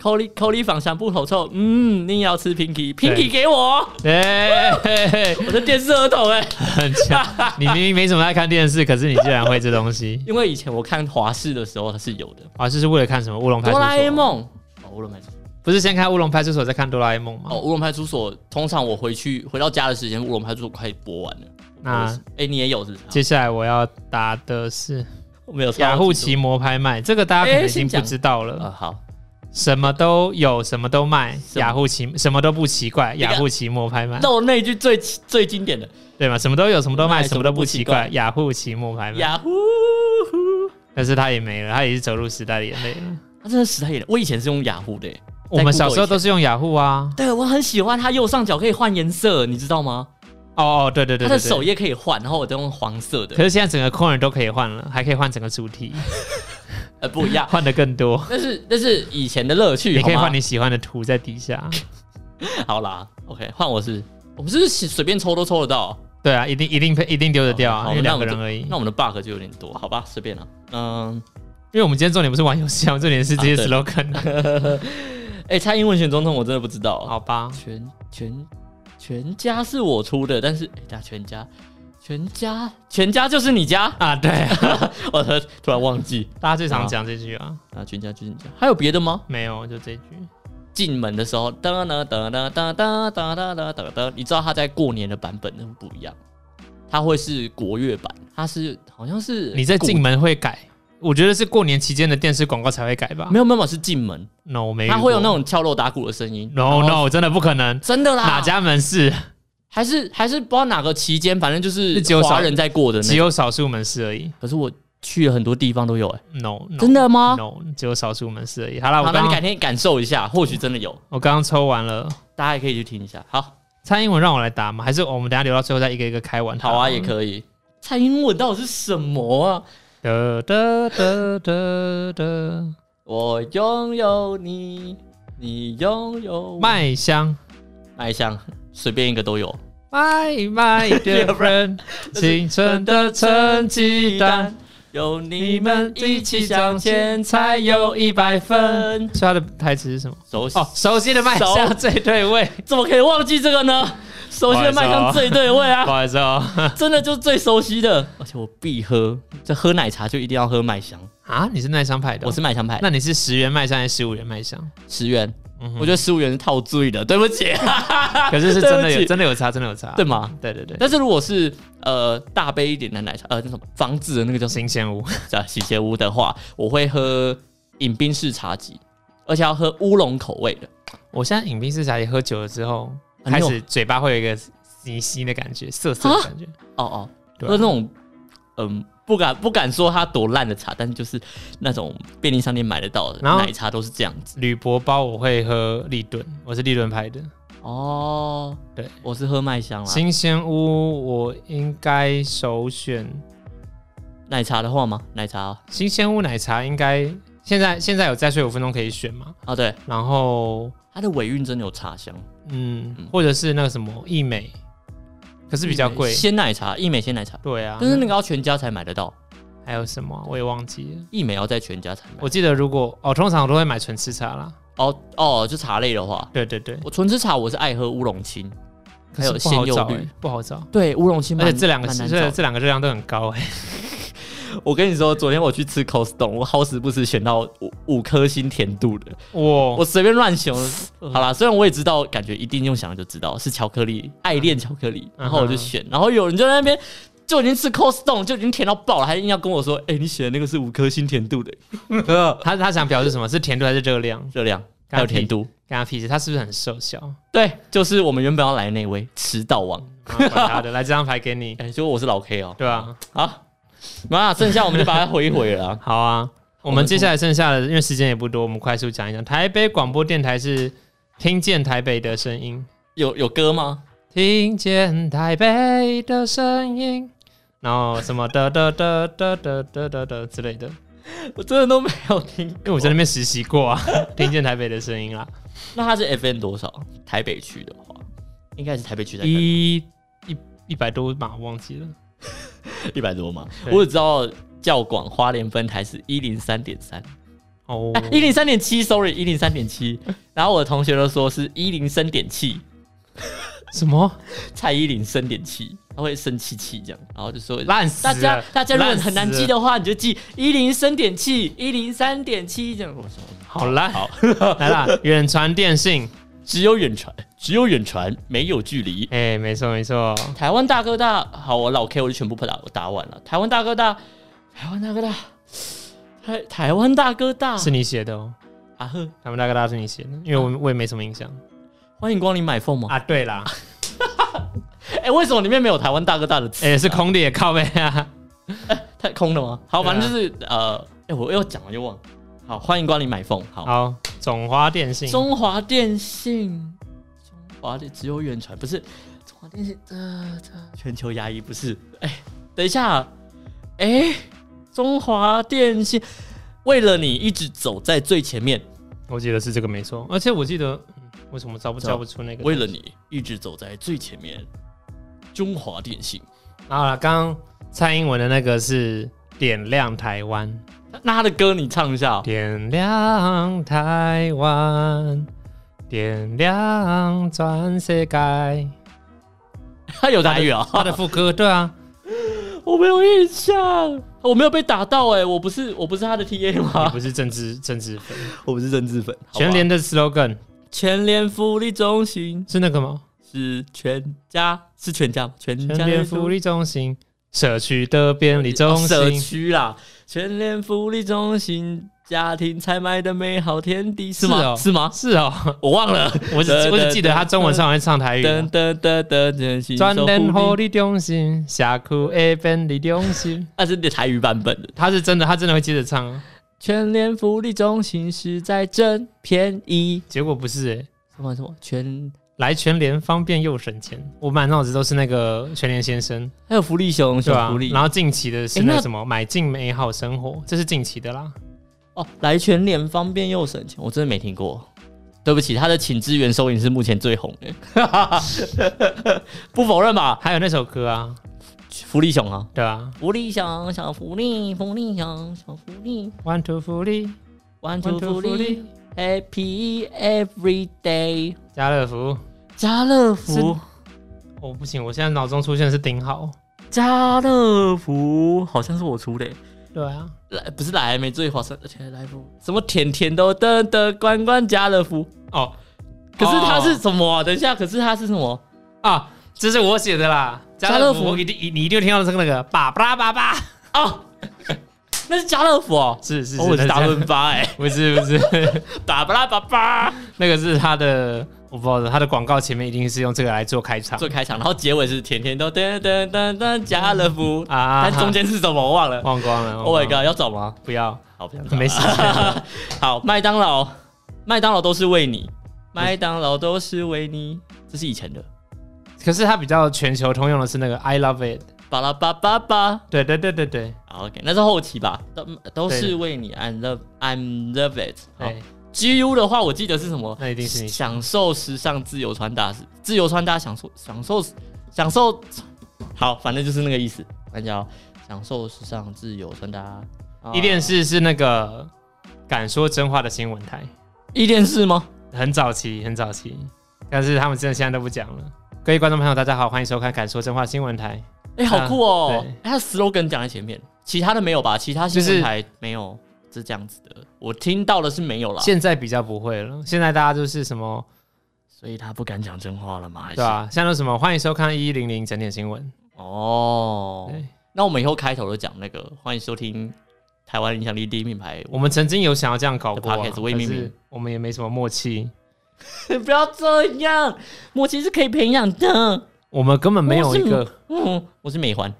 B: Colly Colly 仿香不口臭，嗯，你也要吃 pinky pinky 给我，
A: 哎，嘿嘿
B: 我的电视儿童哎、
A: 很强！你明明没什么爱看电视，可是你竟然会这东西。
B: 因为以前我看华视的时候它是有的，
A: 啊，这是为了看什么？乌龙派出
B: 哆啦 A
A: 所？
B: 梦。哦，乌龙派出所。
A: 不是先看乌龙派出所，再看哆啦 A 梦吗
B: 哦，？乌龙派出所。通常我回去回到家的时间，乌龙派出所快播完了。
A: 那
B: 哎、诶你也有是不是？
A: 接下来我要打的是
B: 我没有查到
A: 雅虎
B: 记住
A: 奇摩拍卖，这个大家可能
B: 哎
A: 已经
B: 先
A: 不
B: 讲
A: 知道
B: 啊、
A: 了，
B: 好，
A: 什么都有，什么都卖，
B: 什么
A: 雅虎奇什么都不奇怪，
B: 个
A: 雅虎奇摩拍卖，
B: 那我那一句最最经典的
A: 对吗？什么都有，什么都卖，
B: 卖
A: 什么都不奇怪
B: 什么都不奇怪，
A: 雅虎奇摩拍卖。
B: 雅虎，
A: 但是它也没了，它也是走入时代的眼泪了。
B: 它真的时代眼泪。我以前是用雅虎的、欸诶
A: 我们小时候都是用雅虎啊。
B: 对，我很喜欢它右上角可以换颜色，你知道吗？
A: 哦哦，对对对，
B: 它的
A: 对对
B: 首页可以换，然后我都用黄色
A: 可
B: 的，
A: 是现在整个 corner 都可以换了，还可以换整个主题，
B: 呃，不一样。
A: 换的更多。
B: 但是但是以前的乐趣，
A: 也可以
B: 好吗
A: 换你喜欢的图在底下。
B: 好啦，OK，换我是，我们是不是随便抽都抽得到。
A: 对啊，一定一定一定丢得掉啊，
B: 好
A: 因为
B: 那
A: 两
B: 我
A: 个
B: 们
A: 人
B: 就
A: 而已。
B: 那我们的 bug 就有点多，好吧，随便了。嗯，
A: 因为我们今天重点不是玩游戏啊，我们 重点是这些
B: 啊对
A: slogan 啊。
B: 哎，蔡英文选总统我真的不知道，
A: 好吧，
B: 全全全家是我出的，但是哎，大全家。全家，全家就是你家，
A: 啊对啊，
B: 我突突然忘记
A: 大家最常讲这句啊，
B: 啊，全家就是你家，还有别的吗？
A: 没有就这句。
B: 进门的时候，噔噔噔噔噔噔噔噔噔噔噔，你知道它在过年的版本那不一样，它会是国乐版，它是好像是
A: 你在
B: 古
A: 进门会改？我觉得是过年期间的电视广告才会改吧
B: 没。有没有没有是进门，
A: No，我没遇过。
B: 它会有那种敲锣打鼓的声音。
A: No No，真的不可能。
B: 真的啦，
A: 哪家门市？
B: 还是还是不知道哪个期间，反正就是是
A: 只有少
B: 华人在过的
A: 只
B: 那种。
A: 有少数门市而已。
B: 可是我去了很多地方都有哎、
A: No No，
B: 真的吗？
A: No，只有少数门市而已。好啦，
B: 好，
A: 我
B: 那
A: 刚
B: 你改
A: 刚
B: 天感受一下，或许真的有，
A: 我刚刚抽完了。
B: 大家也可以去听一下。好，
A: 蔡英文让我来打吗？还是我们等一下留到最后再一个一个开完它？
B: 好啊，也可以。蔡英文到底是什么啊？
A: 哒哒哒哒哒，
B: 我拥有你，你拥有我
A: 麦香，
B: 麦香，随便一个都有。
A: 麦麦的 人，青春的成绩单，
B: 有你
A: 你
B: 们
A: 们
B: 一
A: 一
B: 起
A: 起
B: 向
A: 向
B: 前
A: 前，
B: 才
A: 才
B: 有
A: 有
B: 一
A: 一百分。
B: 分。
A: 所以他的台词是什么？
B: 熟悉、
A: 哦，熟悉的麦香最对 味。
B: 怎么可以忘记这个呢？熟悉的麦香最对味
A: 不
B: 啊，
A: 好意思哦，
B: 真的就是最熟悉的。而且我必喝，这喝奶茶就一定要喝麦香。
A: 啊，你是麦香派的哦、
B: 我是麦香派，
A: 那你是十元麦香还是十五元麦香？
B: 十元，
A: 嗯哼
B: 我觉得十五元是套醉的，对不起。
A: 可是是真的
B: 对不
A: 有，
B: 起
A: 真的有差，真的有差，
B: 对吗？
A: 对对对，
B: 但是如果是呃大杯一点的奶茶，呃那什么防止的那个叫什么？
A: 新鲜屋，
B: 在洗鞋屋的话，我会喝饮冰式茶几，而且要喝乌龙口味的。
A: 我现在饮冰式茶里喝酒了之后，
B: 很
A: 开
B: 有
A: 始嘴
B: 啊
A: 巴会有一个。泥腥的感觉，涩涩的感觉，
B: 哦哦，
A: 对啊
B: 喝那种嗯、不敢不敢说它多烂的茶，但就是那种便利商店买得到的
A: 然后
B: 奶茶都是这样子。
A: 铝箔包我会喝立顿，我是立顿派的。
B: 哦，
A: 对，
B: 我是喝麦香啦。
A: 新鲜屋我应该首选
B: 奶茶的话吗？奶茶哦
A: 新鲜屋奶茶，应该现在现在有再睡五分钟可以选嘛？
B: 哦，对，
A: 然后
B: 它的尾韵真的有茶香，
A: 嗯
B: 嗯，
A: 或者是那个什么益美，可是比较贵。
B: 鲜奶茶，益美鲜奶茶，
A: 对啊，
B: 但是那个要全家才买得到，
A: 还有什么啊我也忘记了。
B: 益美要在全家才买。
A: 我记得如果哦，通常我都会买纯吃茶啦。
B: 哦哦，就茶类的话，
A: 对对对，
B: 我纯吃茶我是爱喝乌龙青，还有
A: 可是不好
B: 鲜柚
A: 找
B: 绿
A: 欸，不好找。
B: 对，乌龙青蛮，
A: 而且这两个
B: 蛮难
A: 这
B: 找的
A: 这两个热量都很高哎、
B: 我跟你说，昨天我去吃 Costco，我好死不死选到五五颗星甜度的，
A: 我
B: 我随便乱选。好啦，虽然我也知道，感觉一定用想就知道是巧克力，爱恋巧克力，然后我就选，然后有人就在那边。就已经吃 Costco 就已经甜到爆了，还硬要跟我说：“哎、你选的那个是五颗星甜度的
A: 他他想表示什么？是甜度还是热量？
B: 热量，还有甜度。
A: 跟他屁事，他是不是很瘦小？”
B: 对，就是我们原本要来的那位迟到王。
A: 啊管他的，来这张牌给你，
B: 哎、结果我是老 K 哦、
A: 对啊，
B: 好，那剩下我们就把它回一回了啊。
A: 好啊。我们接下来剩下的，因为时间也不多，我们快速讲一讲。台北广播电台是听见台北的声音，
B: 有有歌吗？
A: 听见台北的声音，然后什么的的的的的的的的之类的，
B: 我真的都没有听过，
A: 因为我在那边实习过 啊，听见台北的声音啦，
B: 那它是 FN 多少？台北区的话，应该是台北区在一
A: 一一一百多码忘记了，
B: 一百多嘛。
A: 对
B: 我只知道教广花莲分台是一零三点三，
A: 哦，
B: 啊一零三点七，sorry，一零三点 七。然后我的同学都说是一零三点七，
A: 什么
B: 蔡依林生点气，他会生气气这样，然后就说
A: 烂死
B: 大
A: 了？
B: 家大家如果很难
A: 烂
B: 记
A: 死了，
B: 的话，你就记一零生点气，一零三点七这样。我说
A: 好烂，好 来啦，远传电信，
B: 只有远传，只有远传，没有距离。
A: 哎，没错没错，
B: 台湾大哥大，好，我老 K 我就全部不打，我打完了。台湾大哥大，台湾大哥大，台台湾大哥大，
A: 是你写的哦，
B: 啊呵，
A: 他们大哥大是你写的，因为
B: 啊
A: 我我也没什么印象
B: 欢迎光临买凤吗？
A: 啊。对 啦，
B: 哎、为什么里面没有台湾大哥大的词？
A: 哎，是空的也靠背啊，
B: 太空了吗？好，
A: 对啊
B: 反正就是、呃，哎、我又讲了又忘了。好，欢迎光临买凤。好，
A: 好，总花电信，
B: 中华电信，中华电只有远传，不是中华电信，呃，这全球牙医不是？哎、等一下，哎、中华电信，为了你一直走在最前面，
A: 我记得是这个没错，而且我记得嗯为什么找不
B: 找
A: 找不出那个？
B: 为啊了你一直走在最前面。中华电信，
A: 然后啦，刚刚蔡英文的那个是点亮台湾，
B: 那他的歌你唱一下哦、
A: 点亮台湾，点亮全世界。
B: 他有台语啊、
A: 他的副歌对 啊，
B: 我没有印象，我没有被打到哎、我不是我不是他的 TA
A: 你
B: 吗？
A: 不是政治政治粉，
B: 我不是政治粉。
A: 全联的 slogan
B: 全联福利中心
A: 是那个吗？
B: 是全家是全家吗全家
A: 全联福利中心，社区的便利中
B: 哦社
A: 心，
B: 区啦，全联福利中心家庭采买的美好天地是
A: 是
B: 吗？
A: 哦
B: 是吗？
A: 是哦，
B: 我忘了，
A: 我只我只记得他中文上来唱台语啊。
B: 噔噔噔噔噔，
A: 专联福
B: 福利
A: 利中心，社区的便利中心，
B: 那是台语版本的。
A: 他是真的，他真的会接着唱啊。
B: 全联福利中心实在真便宜，
A: 结果不是哎、欸，
B: 什么什么全
A: 来全联方便又省钱，我满脑子都是那个全联先生，
B: 还有福利熊
A: 对吧、
B: 小福利
A: 然后近期的是
B: 诶
A: 那
B: 那
A: 什么、买进美好生活，这是近期的啦。
B: 哦，来全联方便又省钱，我真的没听过。对不起，他的请支援收银是目前最红 的，不否认吧？
A: 还有那首歌啊，
B: 福利熊啊，
A: 对吧、
B: 福利熊，小福利，福利熊，小福利
A: o n e Two 福利，
B: ，One
A: One, two，
B: Two 福
A: 福利
B: 利，Happy Every Day，
A: 家乐福。
B: 家乐福，
A: 哦，不行，我现在脑中出现的是顶好。
B: 家乐福，好像是我出的欸耶，
A: 对啊，
B: 来不是来还没最划算，而且来福什么甜甜豆的的关关家乐福，
A: 哦
B: 可是它是
A: 哦
B: 什么啊、等一下，可是它是什么？
A: 啊，这是我写的啦。
B: 家
A: 家
B: 乐
A: 乐
B: 福
A: 福一定你一定会听到这个那个爸爸爸爸，
B: 哦， 那是家乐福哦，
A: 是是是，
B: 哦我是
A: 那
B: 达
A: 这样
B: 伦巴哎，
A: 不是不是，
B: 巴巴拉巴巴，
A: 那个是他的我不知道它的广告前面一定是用这个来做开场
B: 做开场，然后结尾是甜甜都噔噔噔噔家乐福，
A: 啊，哦
B: 但中间是什么我忘了。
A: 忘光了。
B: Oh
A: 忘
B: my
A: 光了
B: god，要找吗？
A: 不要，
B: 好，不要
A: 没 时间了。
B: 好，麦当劳，麦当劳都是为你，麦当劳都是为你，这是以前的。
A: 可是它比较全球通用的是那个 I love it。
B: 巴拉巴巴巴
A: 对对对对对
B: 好，OK，那是后期吧，都嗯都
A: 对
B: 是为你，I love I'm love it。好
A: 对，
B: ，GU 的话，我记得是什么？
A: 那一定是你
B: 享受时尚自由穿搭，自由穿搭享受享受享受，好，反正就是那个意思。看一下哦，享受时尚自由穿搭。啊
A: 伊甸是是那个敢说真话的新闻台，
B: 伊甸是吗？
A: 很早期很早期，但是他们真的现在都不讲了。各位观众朋友，大家好，欢迎收看《敢说真话新闻台
B: 哎、好酷哦、
A: 啊对
B: 哎它的 slogan 讲在前面，其他的没有吧？其他新
A: 就是
B: 闻台没有是这样子的，我听到的是没有啦》。，
A: 现在比较不会了，现在大家就是什么
B: 所以他不敢讲真话了吗？还是
A: 对啊吧、现在都什么欢迎收看一一零零整点新闻。
B: 哦
A: 对，
B: 那我们以后开头就讲那个，欢迎收听台湾影响力第一品牌。
A: 我们曾经有想要这样搞过、啊，
B: The
A: 可
B: podcast，我也明明
A: 是我们也没什么默契，
B: 不要这样，默契是可以培养的。
A: 我们根本没有一个
B: 嗯，我是美环，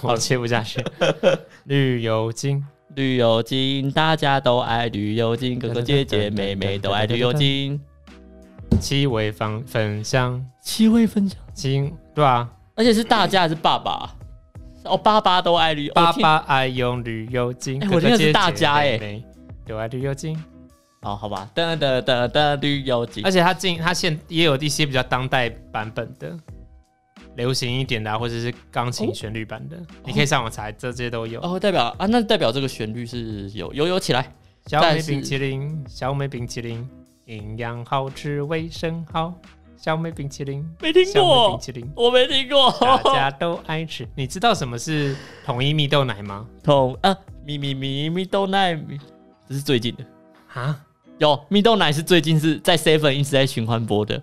A: 好切不下去。 绿油精，
B: 绿油精，大家都爱绿油精，哥哥姐姐妹妹都爱绿油精。
A: 七味芳粉香
B: 七位分享，
A: 精，对啊，
B: 而且是大家还是爸爸？哦，爸爸都爱绿，
A: 爸
B: 哦天
A: 爸爱用绿油精，
B: 哎
A: 哥哥
B: 我真的是
A: 姐姐
B: 大家哎
A: 妹妹都爱绿油精。
B: 哦，好吧，噔噔噔噔，绿油精
A: 而。且它进它现也有一些比较当代版本的，流行一点的、啊，或者是钢琴旋律版的，你可以上网查，这些都有。
B: 哦哦，代表啊，那代表这个旋律是有有有起来。
A: 小美
B: 但是
A: 冰淇淋，小美冰淇淋，营养好吃，卫生好。小美冰淇淋，
B: 没听
A: 小美冰
B: 过，
A: 淇淋，
B: 我没听 过。
A: 大家都爱吃。你知道什么是统一蜜豆奶吗？
B: 同啊，咪咪咪咪豆奶，咪这是最近的。
A: 啊？
B: 有蜜豆奶是最近是在 Seven 一直在循环播的。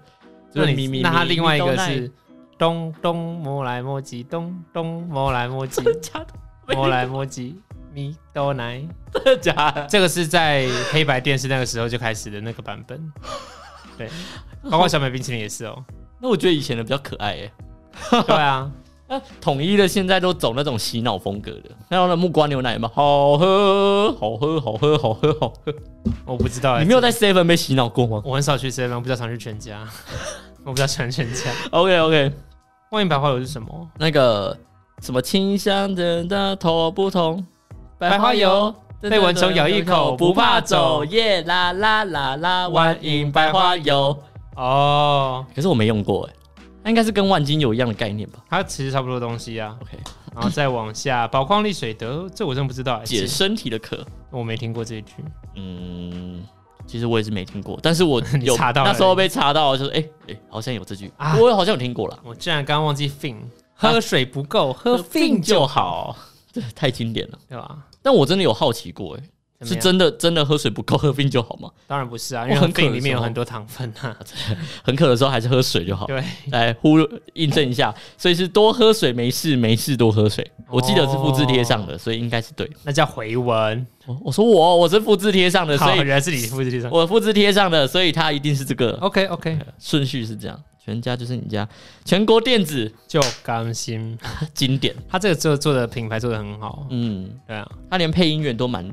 A: 那
B: 咪咪
A: 你那它另外一个
B: 咪豆奶
A: 是咚咚摸来摸去，咚咚摸来摸去
B: 真，的假的？ 没
A: 摸来摸去，蜜豆奶。
B: 真的假的？
A: 这个是在黑白电视那个时候就开始的那个版本， 对，包括小美冰淇淋也是哦、
B: 那我觉得以前的比较可爱耶。
A: 对啊，
B: 那统一的现在都走那种洗脑风格的，那种的木瓜牛奶嘛，好喝，好喝，好喝，好喝，好喝。
A: 我不知道、欸，
B: 你没有在 Seven 被洗脑过吗
A: 我很少去 seven，我比较常去全家， 我比较喜欢全 家。
B: ？OK OK，
A: 万应百花油是什么？
B: 那个什么清香的那头不同，
A: 百花 油被蚊虫咬一口不怕走
B: 耶啦啦啦啦，欢迎百花油。
A: 哦，
B: 可是我没用过哎，那应该是跟万金油一样的概念吧
A: 它其实差不多东西啊。
B: ？OK，
A: 然后再往下，宝矿力水德，这我真不知道、欸，
B: 解
A: 其实
B: 身体的渴，
A: 我没听过这一句。
B: 嗯。其实我也是没听过，但 是我
A: 你
B: 有
A: 查到了
B: 那时候被查到，就是哎哎、好像有这句，
A: 啊
B: 我好像有听过啦。
A: 我竟然刚忘记 fin，喝水不够，喝 fin
B: 病
A: 就
B: 就好，这太经典了。
A: 对吧？
B: 但我真的有好奇过、哎，
A: 怎么
B: 是
A: 样？
B: 真的真的喝水不够，喝病就好吗？
A: 当然不是啊，因
B: 我
A: 为
B: 很渴
A: fin
B: 的
A: 里
B: 时
A: 面有
B: 候
A: 很多糖分啊。
B: 很渴的时候还是喝水就好。
A: 对，
B: 来忽略印证一下，所以是多喝水没事，没事多喝水。我记得是复制贴
A: 哦
B: 上的，所以应该是对。
A: 那叫回文。
B: 我我说我我是复制贴上的，
A: 哦好，
B: 所
A: 原
B: 以
A: 来是你复制贴上。
B: 我复制贴上的，所以它一定是这个
A: OK OK，
B: 顺序是这样。全家就是你家，全国电子
A: 就甘心。
B: 经典。
A: 他这个做做的品牌做的很好，
B: 嗯，
A: 对啊，
B: 它连配音员都蛮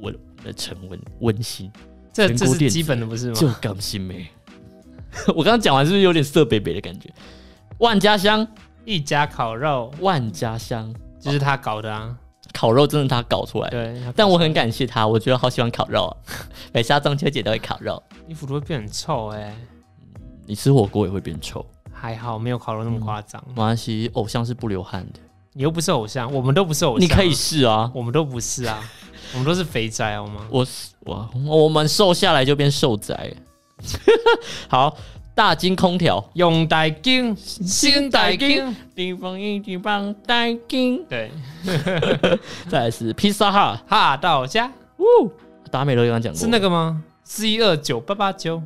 B: 温呃沉稳温馨，
A: 这
B: 全
A: 这
B: 国
A: 是
B: 电子
A: 基本的不是吗？
B: 就感性美。 我刚刚讲完是不是有点色北北的感觉？万家香，
A: 一家烤肉
B: 万家香，
A: 就是他搞的啊，
B: 烤肉真的他搞出来的。
A: 对。他
B: 但我很感谢他，我觉得好喜欢烤肉、啊， 每次到中秋节都会烤肉。
A: 衣服都会变很臭哎、
B: 你吃火锅也会变臭，
A: 还好没有烤肉那么夸张。
B: 没关系，偶像是不流汗的，
A: 你又不是偶像，我们都不是偶像啊，
B: 你可以试啊。
A: 我们都不是啊，我们都是肥宅好吗？
B: 我是我我们瘦下来就变瘦仔。 好，大金空调，
A: 用代金，新代金，
B: 地方一地方大金，
A: 对，
B: 再来是披萨哈，
A: 哈到家
B: 达美乐刚刚讲过，
A: 是那个吗？四一二九八八九，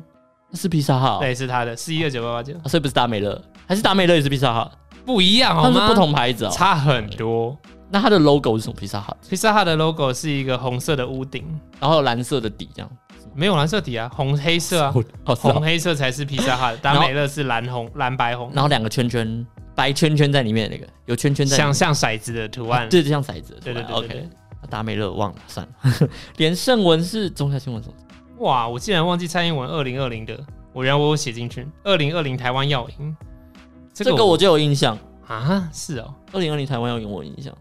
B: 是披萨哈哦，
A: 对，是他的四一二九八八九，
B: 啊所以不是达美乐，还是达美乐也是披萨哈，
A: 不一样
B: 他
A: 好
B: 们是
A: 吗？
B: 不同牌子哦。
A: 差很多。
B: 那它的 logo 是什么披萨哈，
A: 披萨哈的 logo 是一个红色的屋顶，
B: 然后蓝色的底这样，
A: 没有蓝色底啊，红黑色啊，
B: 哦，是
A: 红
B: 哦
A: 黑色才是披萨哈，达美乐是蓝红蓝白红，
B: 然后两个圈圈，白圈圈在里面的那个，有圈圈在里
A: 像
B: 面，
A: 像骰子的图案。
B: 对，就像骰子的图
A: 对
B: 案，
A: 对对对
B: OK。达美乐忘了，算了。 连胜文是中下新闻总
A: 哇，我竟然忘记蔡英文二零二零的，我原来我有写进去，二零二零台湾要赢，这
B: 这个我就有印象，
A: 啊是哦，
B: 二零二零台湾要赢我有印象，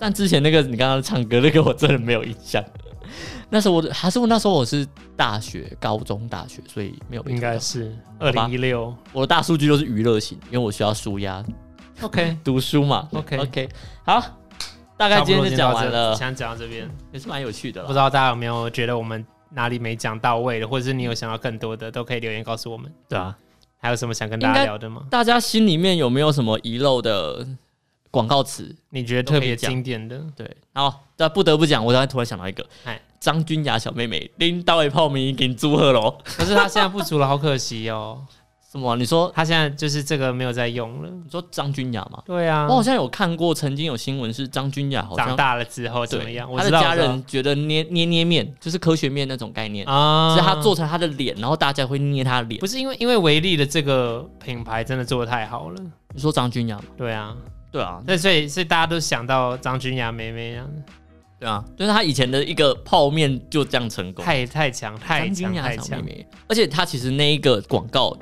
B: 但之前那个你刚刚唱歌那个我真的没有印象。 那时候我的还是我那时候我是大学、高中、大学，所以没有被
A: 应
B: 投
A: 该
B: 到
A: 是二
B: 好吧
A: 零一六。
B: 我的大数据都是娱乐型，因为我需要舒压、
A: OK，
B: 读书嘛。
A: OK
B: OK，好， 大概今天就讲完了，
A: 想讲到这啊边，
B: 也是蛮有趣的
A: 不知
B: 了。
A: 道大家有没有觉得我们哪里没讲到位的，或者是你有想要更多的，都可以留言告诉我们。
B: 对啊，
A: 还有什么想跟大
B: 应
A: 家
B: 该
A: 聊的吗？
B: 大家心里面有没有什么遗漏的广告词？
A: 你觉得
B: 都可
A: 特
B: 以
A: 别
B: 讲
A: 经典的？
B: 对，好，但不得不讲，我刚才突然想到一个
A: 哎，
B: 张君雅小妹妹拎到一泡米给祝贺喽。
A: 可是他现在不足了，好可惜 哦。
B: 什么啊、你说
A: 他现在就是这个没有在用了。
B: 你说张君雅吗？
A: 对啊
B: 我，好像有看过，曾经有新闻是张君雅好
A: 长
B: 像
A: 大了之后怎么
B: 对
A: 样？我
B: 她
A: 知
B: 的
A: 道
B: 家
A: 我知
B: 人觉得捏捏捏面就是科学面那种概念
A: 道，啊，
B: 是她做成她的脸，然后大家会捏她的脸
A: 不。是因为因为维力的这个品牌真的做的太好了。
B: 你说张君雅吗？
A: 对啊，
B: 对啊，
A: 那所以所以大家都想到张君雅妹妹啊，
B: 对啊，就是她以前的一个泡面就这样成功，
A: 太太强，太
B: 张君
A: 强，
B: 雅
A: 太
B: 小妹
A: 强。
B: 妹。而且她其实那一个广告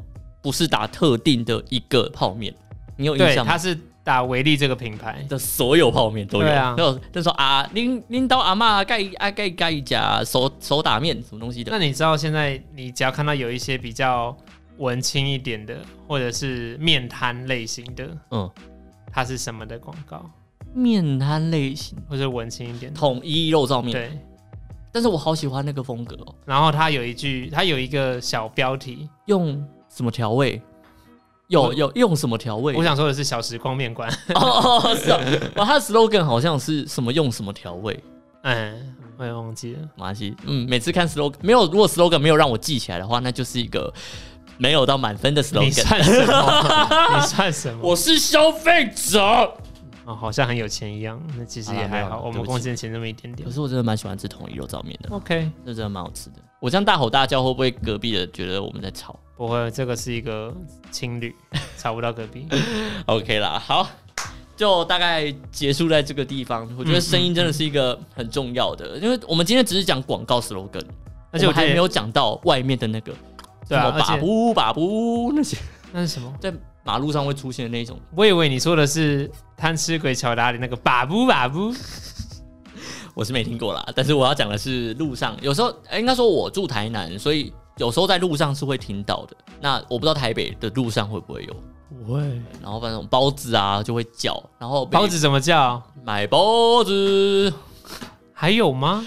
B: 不是打特定的一个泡面，你有印
A: 对，
B: 象吗？
A: 她是打维力这个品牌，
B: 的所有泡面都有。
A: 对啊
B: 那种那时候啊，拎拎到阿妈盖阿盖盖甲手手打面什么东西的，
A: 那你知道现在你只要看到有一些比较文青一点的，或者是面摊类型的，
B: 嗯，
A: 它是什么的广告，
B: 面摊类型，
A: 或者文青一点的，
B: 统一肉燥面。
A: 对。
B: 但是我好喜欢那个风格哦，
A: 然后它有一句，它有一个小标题，
B: 用什么调味？有
A: 我
B: 有用什么调味？
A: 我想说的是小时光面馆，
B: 哦哦是啊，哇，它的 slogan 好像是什么用什么调味，
A: 嗯，我也忘记了。
B: 马来西亚嗯，每次看 slogan 没有，如果 slogan 没有让我记起来的话，那就是一个没有到满分的
A: 你
B: slogan。
A: 算什 么？你算什么？
B: 我是消费者，
A: 哦，好像很有钱一样，那其实也还
B: 啊好啦没有
A: 好，
B: 啦
A: 我
B: 对
A: 们
B: 不起
A: 贡献钱那么一点点
B: 可。是我真的蛮喜欢吃统一肉燥面的。
A: OK，
B: 这真的蛮好吃的。我这样大吼大叫，会不会隔壁的觉得我们在吵
A: 不会，这个是一个情 侣，吵不到隔壁。
B: ？OK 啦，好，就大概结束在这个地方。我觉得声音真的是一个很重要的，因为我们今天只是讲广告 slogan，
A: 而且
B: 我
A: 我
B: 们还
A: 觉
B: 没
A: 得，
B: 有讲到外面的那个
A: 对啊
B: 什么把
A: 而且
B: 布把布那些
A: 那是什么？
B: 在马路上会出现的那种。
A: 我以为你说的是贪吃鬼乔达里那个把布把布，
B: 我是没听过啦，但是我要讲的是路上，有时候、哎应该说我住台南，所以有时候在路上是会听到的。那我不知道台北的路上会不会有，
A: 喂，
B: 然后反正包子啊就会叫，然后被
A: 包子怎么叫？
B: 买包子。
A: 还有吗？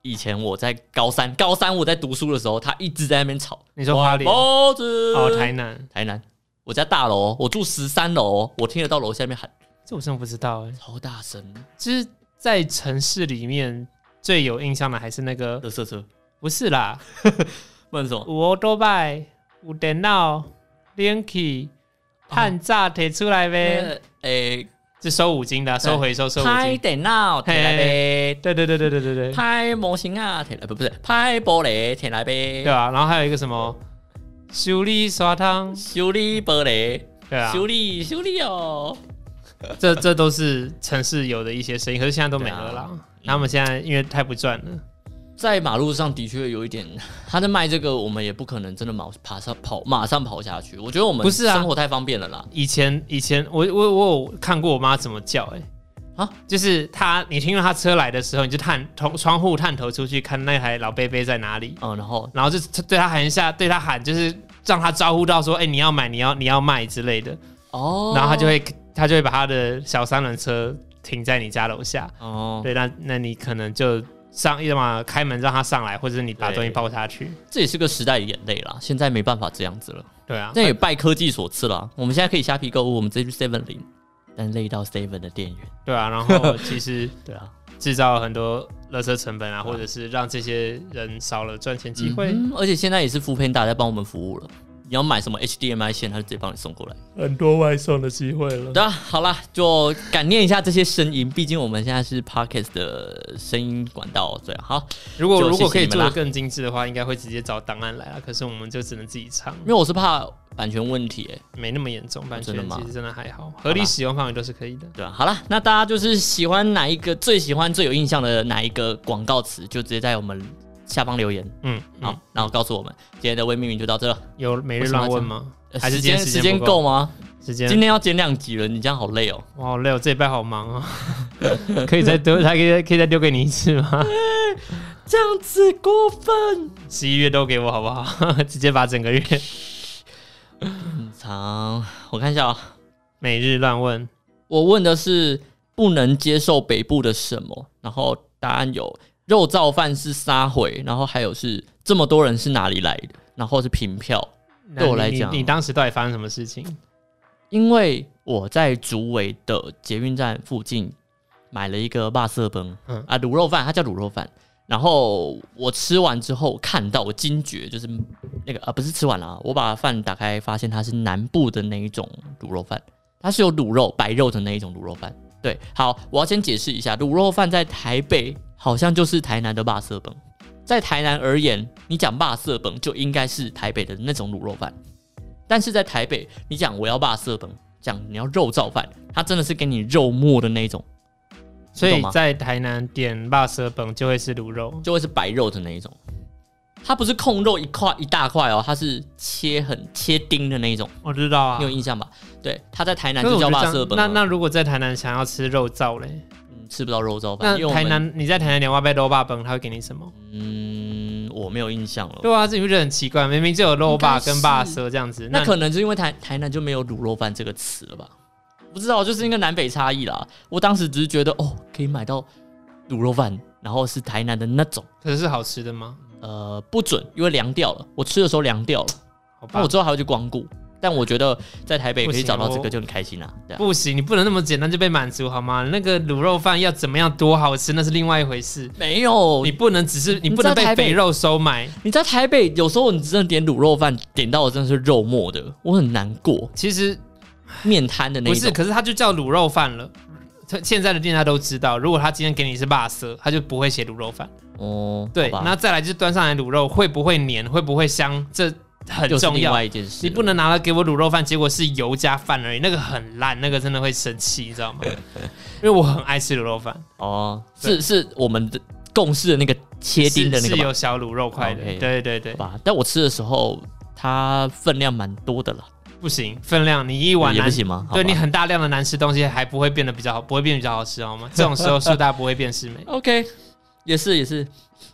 B: 以前我在高三，高三我在读书的时候，他一直在那边吵
A: 你说花莲？哦，
B: 包子。
A: 台南，
B: 台南，我家大楼，哦我住十三楼，哦我听得到楼下面喊
A: 这我真的不知道哎。
B: 超大声，
A: 就是在城市里面最有印象的还是那个，
B: 乐色车，
A: 不是啦，
B: 问什么？
A: 我多拜，有电脑 Linky，探
B: 哦
A: 炸提出来呗，
B: 呃诶，
A: 是收五金的啊，收回收收五
B: 拍
A: 金。
B: 电脑，铁来呗。
A: 对对对对对对对，
B: 拍模型啊，铁来不不是拍玻璃，铁来呗
A: 对。啊，然后还有一个什么修理刷汤，
B: 修理玻璃，
A: 对啊，
B: 修理修理哦。
A: 这这都是城市有的一些声音，可是现在都没了
B: 对啊
A: 啦。他们现在因为太不赚了，
B: 在马路上的确有一点，他在卖这个，我们也不可能真的马爬上跑马上跑下去。我觉得我们
A: 不是啊
B: 生活太方便了啦。
A: 以前以前我我我有看过我妈怎么叫哎、
B: 啊
A: 啊，就是她，你听到她车来的时候，你就探从窗户探头出去看那台老贝贝在哪里，
B: 嗯，然后
A: 然后就对她喊一下，对她喊就是让她招呼到说，哎、你要买，你要你要卖之类的，
B: 哦，
A: 然后她就会她就会把她的小三轮车停在你家楼下，
B: 哦，
A: 对，那那你可能就上要么开门让她上来，或者是你把
B: 对
A: 东西抱下去，
B: 这也是个时代的眼泪啦。现在没办法这样子了，
A: 对啊
B: 这，也拜科技所赐啦。我们现在可以虾皮购物，我们直接去 Seven 领，但累到 Seven 的店员。
A: 对啊，然后其实
B: 对啊，
A: 制造很多垃圾成本啊，或者是让这些人少了赚钱机会。
B: 嗯嗯哼而且现在也是 f o o p a n d a 在帮我们服务了。你要买什么 HDMI 线，他就直接帮你送过来。
A: 很多外送的机会了。
B: 对啊，好啦，就感念一下这些声音，毕竟我们现在是 Podcast 的声音管道。对啊，好，
A: 如果
B: 就谢谢
A: 如果可以
B: 你们
A: 做的
B: 啦
A: 更精致的话，应该会直接找档案来啊。可是我们就只能自己唱，
B: 因为我是怕版权问题、欸，
A: 没那么严重，版权
B: 真的吗
A: 其实真的还好，合理使用范围都是可以的。
B: 对吧、好啦，那大家就是喜欢哪一个，最喜欢最有印象的哪一个广告词，就直接在我们下方留言，
A: 嗯，
B: 好，
A: 嗯，
B: 然后告诉我们今天的微命名就到这了。
A: 有每日乱问吗？
B: 呃
A: 还是
B: 时
A: 今天
B: 间
A: 时
B: 时
A: 间
B: 间
A: 不
B: 够吗？
A: 时间
B: 今天要剪两集了，你这样好累哦。
A: 我好累，我这一拜好忙啊、 可以再丢，还可以再可以再丢给你一次吗？
B: 这样子过分。
A: 十一月都给我好不好？ 直接把整个月
B: 很长，我看一下啊、
A: 每日乱问，
B: 我问的是不能接受北部的什么，然后答案有肉燥饭是撒回，然后还有是这么多人是哪里来的，然后是凭票，
A: 那
B: 对我来
A: 你
B: 讲
A: 你你当时到底发生什么事情？
B: 因为我在竹围的捷运站附近买了一个霸色崩，
A: 嗯
B: 啊卤肉饭，它叫卤肉饭。然后我吃完之后看到，我惊觉就是那个啊，不是吃完了啊，我把饭打开，发现它是南部的那一种卤肉饭，它是有卤肉白肉的那一种卤肉饭。对，好，我要先解释一下，卤肉饭在台北好像就是台南的霸色崩，在台南而言，你讲霸色崩就应该是台北的那种卤肉饭。但是在台北，你讲我要霸色本，讲你要肉燥饭，它真的是给你肉末的那一种，
A: 所
B: 懂
A: 以
B: 吗
A: 在台南点辣蛇本就会是卤肉，
B: 就会是白肉的那一种。它不是控肉一块一大块哦，它是切很切丁的那一种，
A: 我知道啊
B: 你有。印象吧？对，它在台南
A: 可是
B: 就
A: 我
B: 叫
A: 觉得
B: 霸
A: 这
B: 色
A: 样
B: 本
A: 那
B: 哦，
A: 那如果在台南想要吃肉燥嘞，
B: 嗯吃不到肉燥饭，
A: 那
B: 因为我
A: 台
B: 们
A: 南你在台南点外卖肉霸本，他会给你什么？
B: 嗯我没有印象了。
A: 对啊，这你不觉得很奇怪？明明就有肉霸
B: 应该是
A: 跟霸蛇这样子，
B: 那
A: 你
B: 可能是因为台台南就没有卤肉饭这个词了吧？不知道，就是一个南北差异啦。我当时只是觉得哦，可以买到卤肉饭，然后是台南的那种。
A: 可是是好吃的吗？
B: 呃，不准，因为凉掉了。我吃的时候凉掉了，
A: 好吧
B: 那我，之后还会去光顾。但我觉得在台北可以找到这
A: 啊不行
B: 个
A: 哦
B: 就很开心啦、对啊。
A: 不行，你不能那么简单就被满足好吗？那个卤肉饭要怎么样多好吃，那是另外一回事。
B: 没有
A: 你
B: 你，
A: 不能只是你
B: 你
A: 不能
B: 知道
A: 被
B: 台北
A: 肥肉收买。
B: 你在台北有时候你真的点卤肉饭，点到的真的是肉末的，我很难过。
A: 其实
B: 面摊的那
A: 不
B: 一
A: 是，
B: 种，
A: 可是它就叫卤肉饭了。它现在的店家都知道，如果他今天给你是辣色，他就不会写卤肉饭。
B: 哦，
A: 对，
B: 好吧
A: 那再来就是端上来卤肉会不会黏，会不会香，这很
B: 又是
A: 重
B: 另
A: 要
B: 外。一件事了。
A: 你不能拿来给我卤肉饭，结果是油加饭而已，那个很烂，那个真的会生气，你知 道吗？因为我很爱吃卤肉饭，
B: 哦，是是我们的共事的那个切丁的那
A: 是
B: 个
A: 是
B: 吧
A: 有小卤肉块的
B: OK，
A: 对对对
B: 好，吧？但我吃的时候，它分量蛮多的啦，
A: 不行，分量你一碗
B: 也不
A: 难
B: 行吗？好
A: 对
B: 吧
A: 你很大量的难吃东西还不会变得比较好，不会变得比较好吃，好吗？这种时候树大不会变是美。
B: OK，也是也是。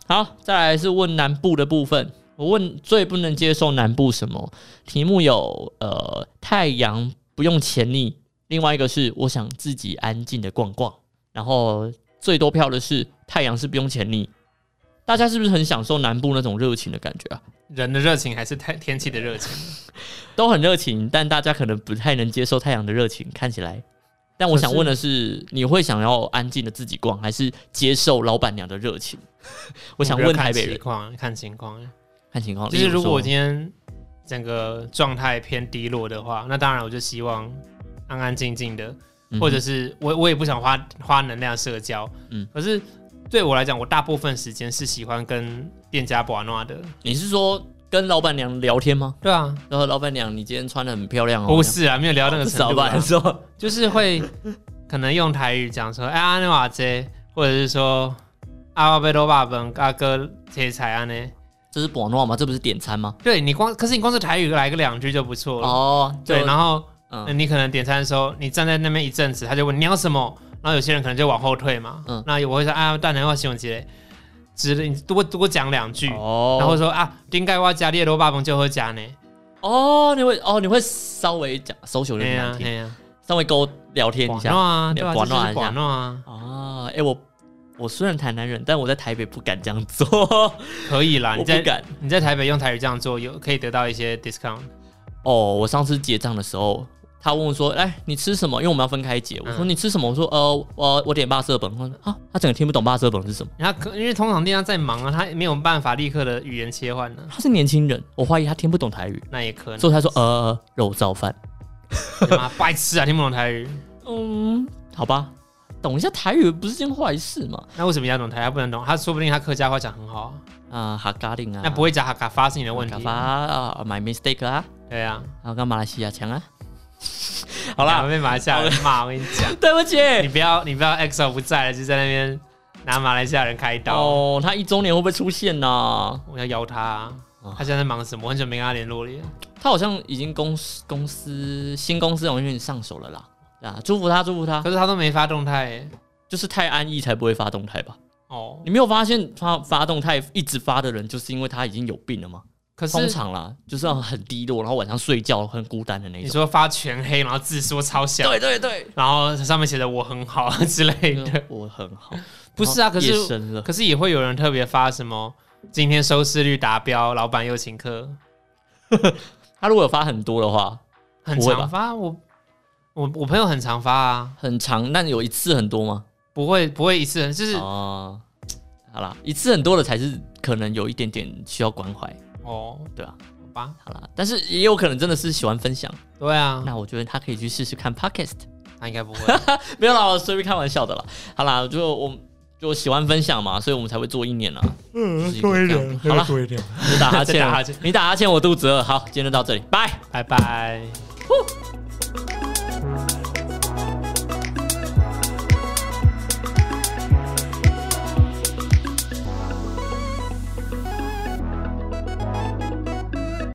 B: 好，再来是问南部的部分。我问最不能接受南部什么？题目有呃太阳不用钱你，另外一个是我想自己安静的逛逛，然后最多票的是太阳是不用钱你。大家是不是很享受南部那种热情的感觉啊？
A: 人的热情还是天天气的热情，
B: 都很热情，但大家可能不太能接受太阳的热情，看起来。但我想问的是，你会想要安静的自己逛，还是接受老板娘的热情？ 我想
A: 觉
B: 问
A: 得看
B: 台北人
A: 情。况，看情况。
B: 看情况。
A: 就是
B: 例
A: 如果
B: 说
A: 我今天整个状态偏低落的话，那当然我就希望安安静静的，
B: 嗯哼
A: 或者是我我也不想花花能量社交。
B: 嗯
A: 嗯，可是对我来讲，我大部分时间是喜欢跟店家玩闹的。
B: 你是说跟老板娘聊天吗？
A: 对啊，
B: 然后老板娘，你今天穿的很漂亮哦。
A: 不是啊，没有聊到那个
B: 这样，
A: 程 度、
B: 老
A: 啊
B: 板，说，
A: 就是会可能用台语讲说哎阿尼瓦这，或者是说啊阿贝多巴本阿啊哥切菜啊呢。
B: 这是广诺吗？这不是点餐吗？
A: 对你光，可是你光是台语来个两句就不错了。
B: 哦，就
A: 对，然后那
B: 嗯，
A: 你可能点餐的时候，你站在那边一阵子，他就问你要什么，然后有些人可能就往后退嘛。
B: 嗯
A: 那我会说啊，蛋奶要形容之类，之类，你多多讲两句，
B: 哦，
A: 然后说啊，顶盖我加列罗巴蒙就会加呢。
B: 哦，你会哦，你会稍微讲 social
A: 哎呀
B: 聊
A: 哎
B: 天，
A: 呀，
B: 稍微跟我聊天一
A: 广
B: 下。
A: 诺啊，对吧？
B: 广
A: 这
B: 诺
A: 就
B: 一下
A: 是广诺啊，
B: 哦，哎，我我虽然台南人，但我在台北不敢这 样做，
A: 可以啦。
B: 我
A: 你
B: 不
A: 在
B: 敢。
A: 你在台北用台语这样做，有可以得到一些 discount。
B: 哦，我上次结账的时候，他问我说：“哎，你吃什么？”因为我们要分开解。我说：“
A: 嗯
B: 你吃什么？”我说：“呃，我我点八色本。”他说：“啊，他整个听不懂八色本是什么。
A: 他可因为通常店家在忙啊，他没有办法立刻的语言切换呢、”
B: 他是年轻人，我怀疑他听不懂台语，
A: 那也可
B: 所
A: 能。
B: 以他说：“呃，肉燥饭。
A: 你妈白痴啊，听不懂台语，”
B: 嗯，好吧，懂一下台语不是件坏事嘛。
A: 那为什么要懂台语？他不能懂，他说不定他客家话讲很好啊，
B: 啊，哈嘎令啊，
A: 那不会讲哈卡发是你的问
B: 卡
A: 题
B: 发。啊，my mistake 啊，
A: 对啊，
B: 还有跟马来西亚强啊。 好啦
A: 两，位被马来西亚人骂，我跟你讲，
B: 对不起。
A: 你不要 你不要 EXO 不在了，就在那边拿马来西亚人开刀，
B: 哦，他一周年会不会出现呢、
A: 我要邀他啊、
B: 哦
A: 他现在在忙什么？我很久没跟他联络了耶。
B: 他好像已经公司公司新公司好像有点上手了啦，对啊，祝福他，祝福他
A: 可，是他都没发动态耶。
B: 就是太安逸才不会发动态吧？
A: 哦，
B: 你没有发现他发动态一直发的人，就是因为他已经有病了吗？
A: 可是
B: 通常啦，就是很低落，然后晚上睡觉很孤单的那
A: 你
B: 种。
A: 说发全黑，然后字说超小，
B: 对对对，
A: 然后上面写的我很好之类的，
B: 我很好，
A: 不是啊？可是
B: 夜深了，
A: 可是也会有人特别发什么今天收视率达标，老板又请客，
B: 他如果有发很多的话，
A: 很
B: 不会吧
A: 常发。我我我朋友很常发啊，
B: 很长，但有一次很多吗？
A: 不会不会一次，就是
B: 哦，好啦，一次很多的才是可能有一点点需要关怀，
A: 哦，
B: 对啊，
A: 好吧，
B: 好啦，但是也有可能真的是喜欢分享。
A: 对啊，
B: 那我觉得他可以去试试看 Podcast，
A: 他应该不会。
B: 没有啦，我随便开玩笑的啦。好啦，就我就喜欢分享嘛，所以我们才会做一年啦。
A: 嗯
B: 就是一个多一点这样好啦
A: 多一点，
B: 你打哈欠
A: 再
B: 啊，
A: 打哈欠
B: 你打哈欠，我肚子饿。好，今天就到这里，拜。
A: 拜拜。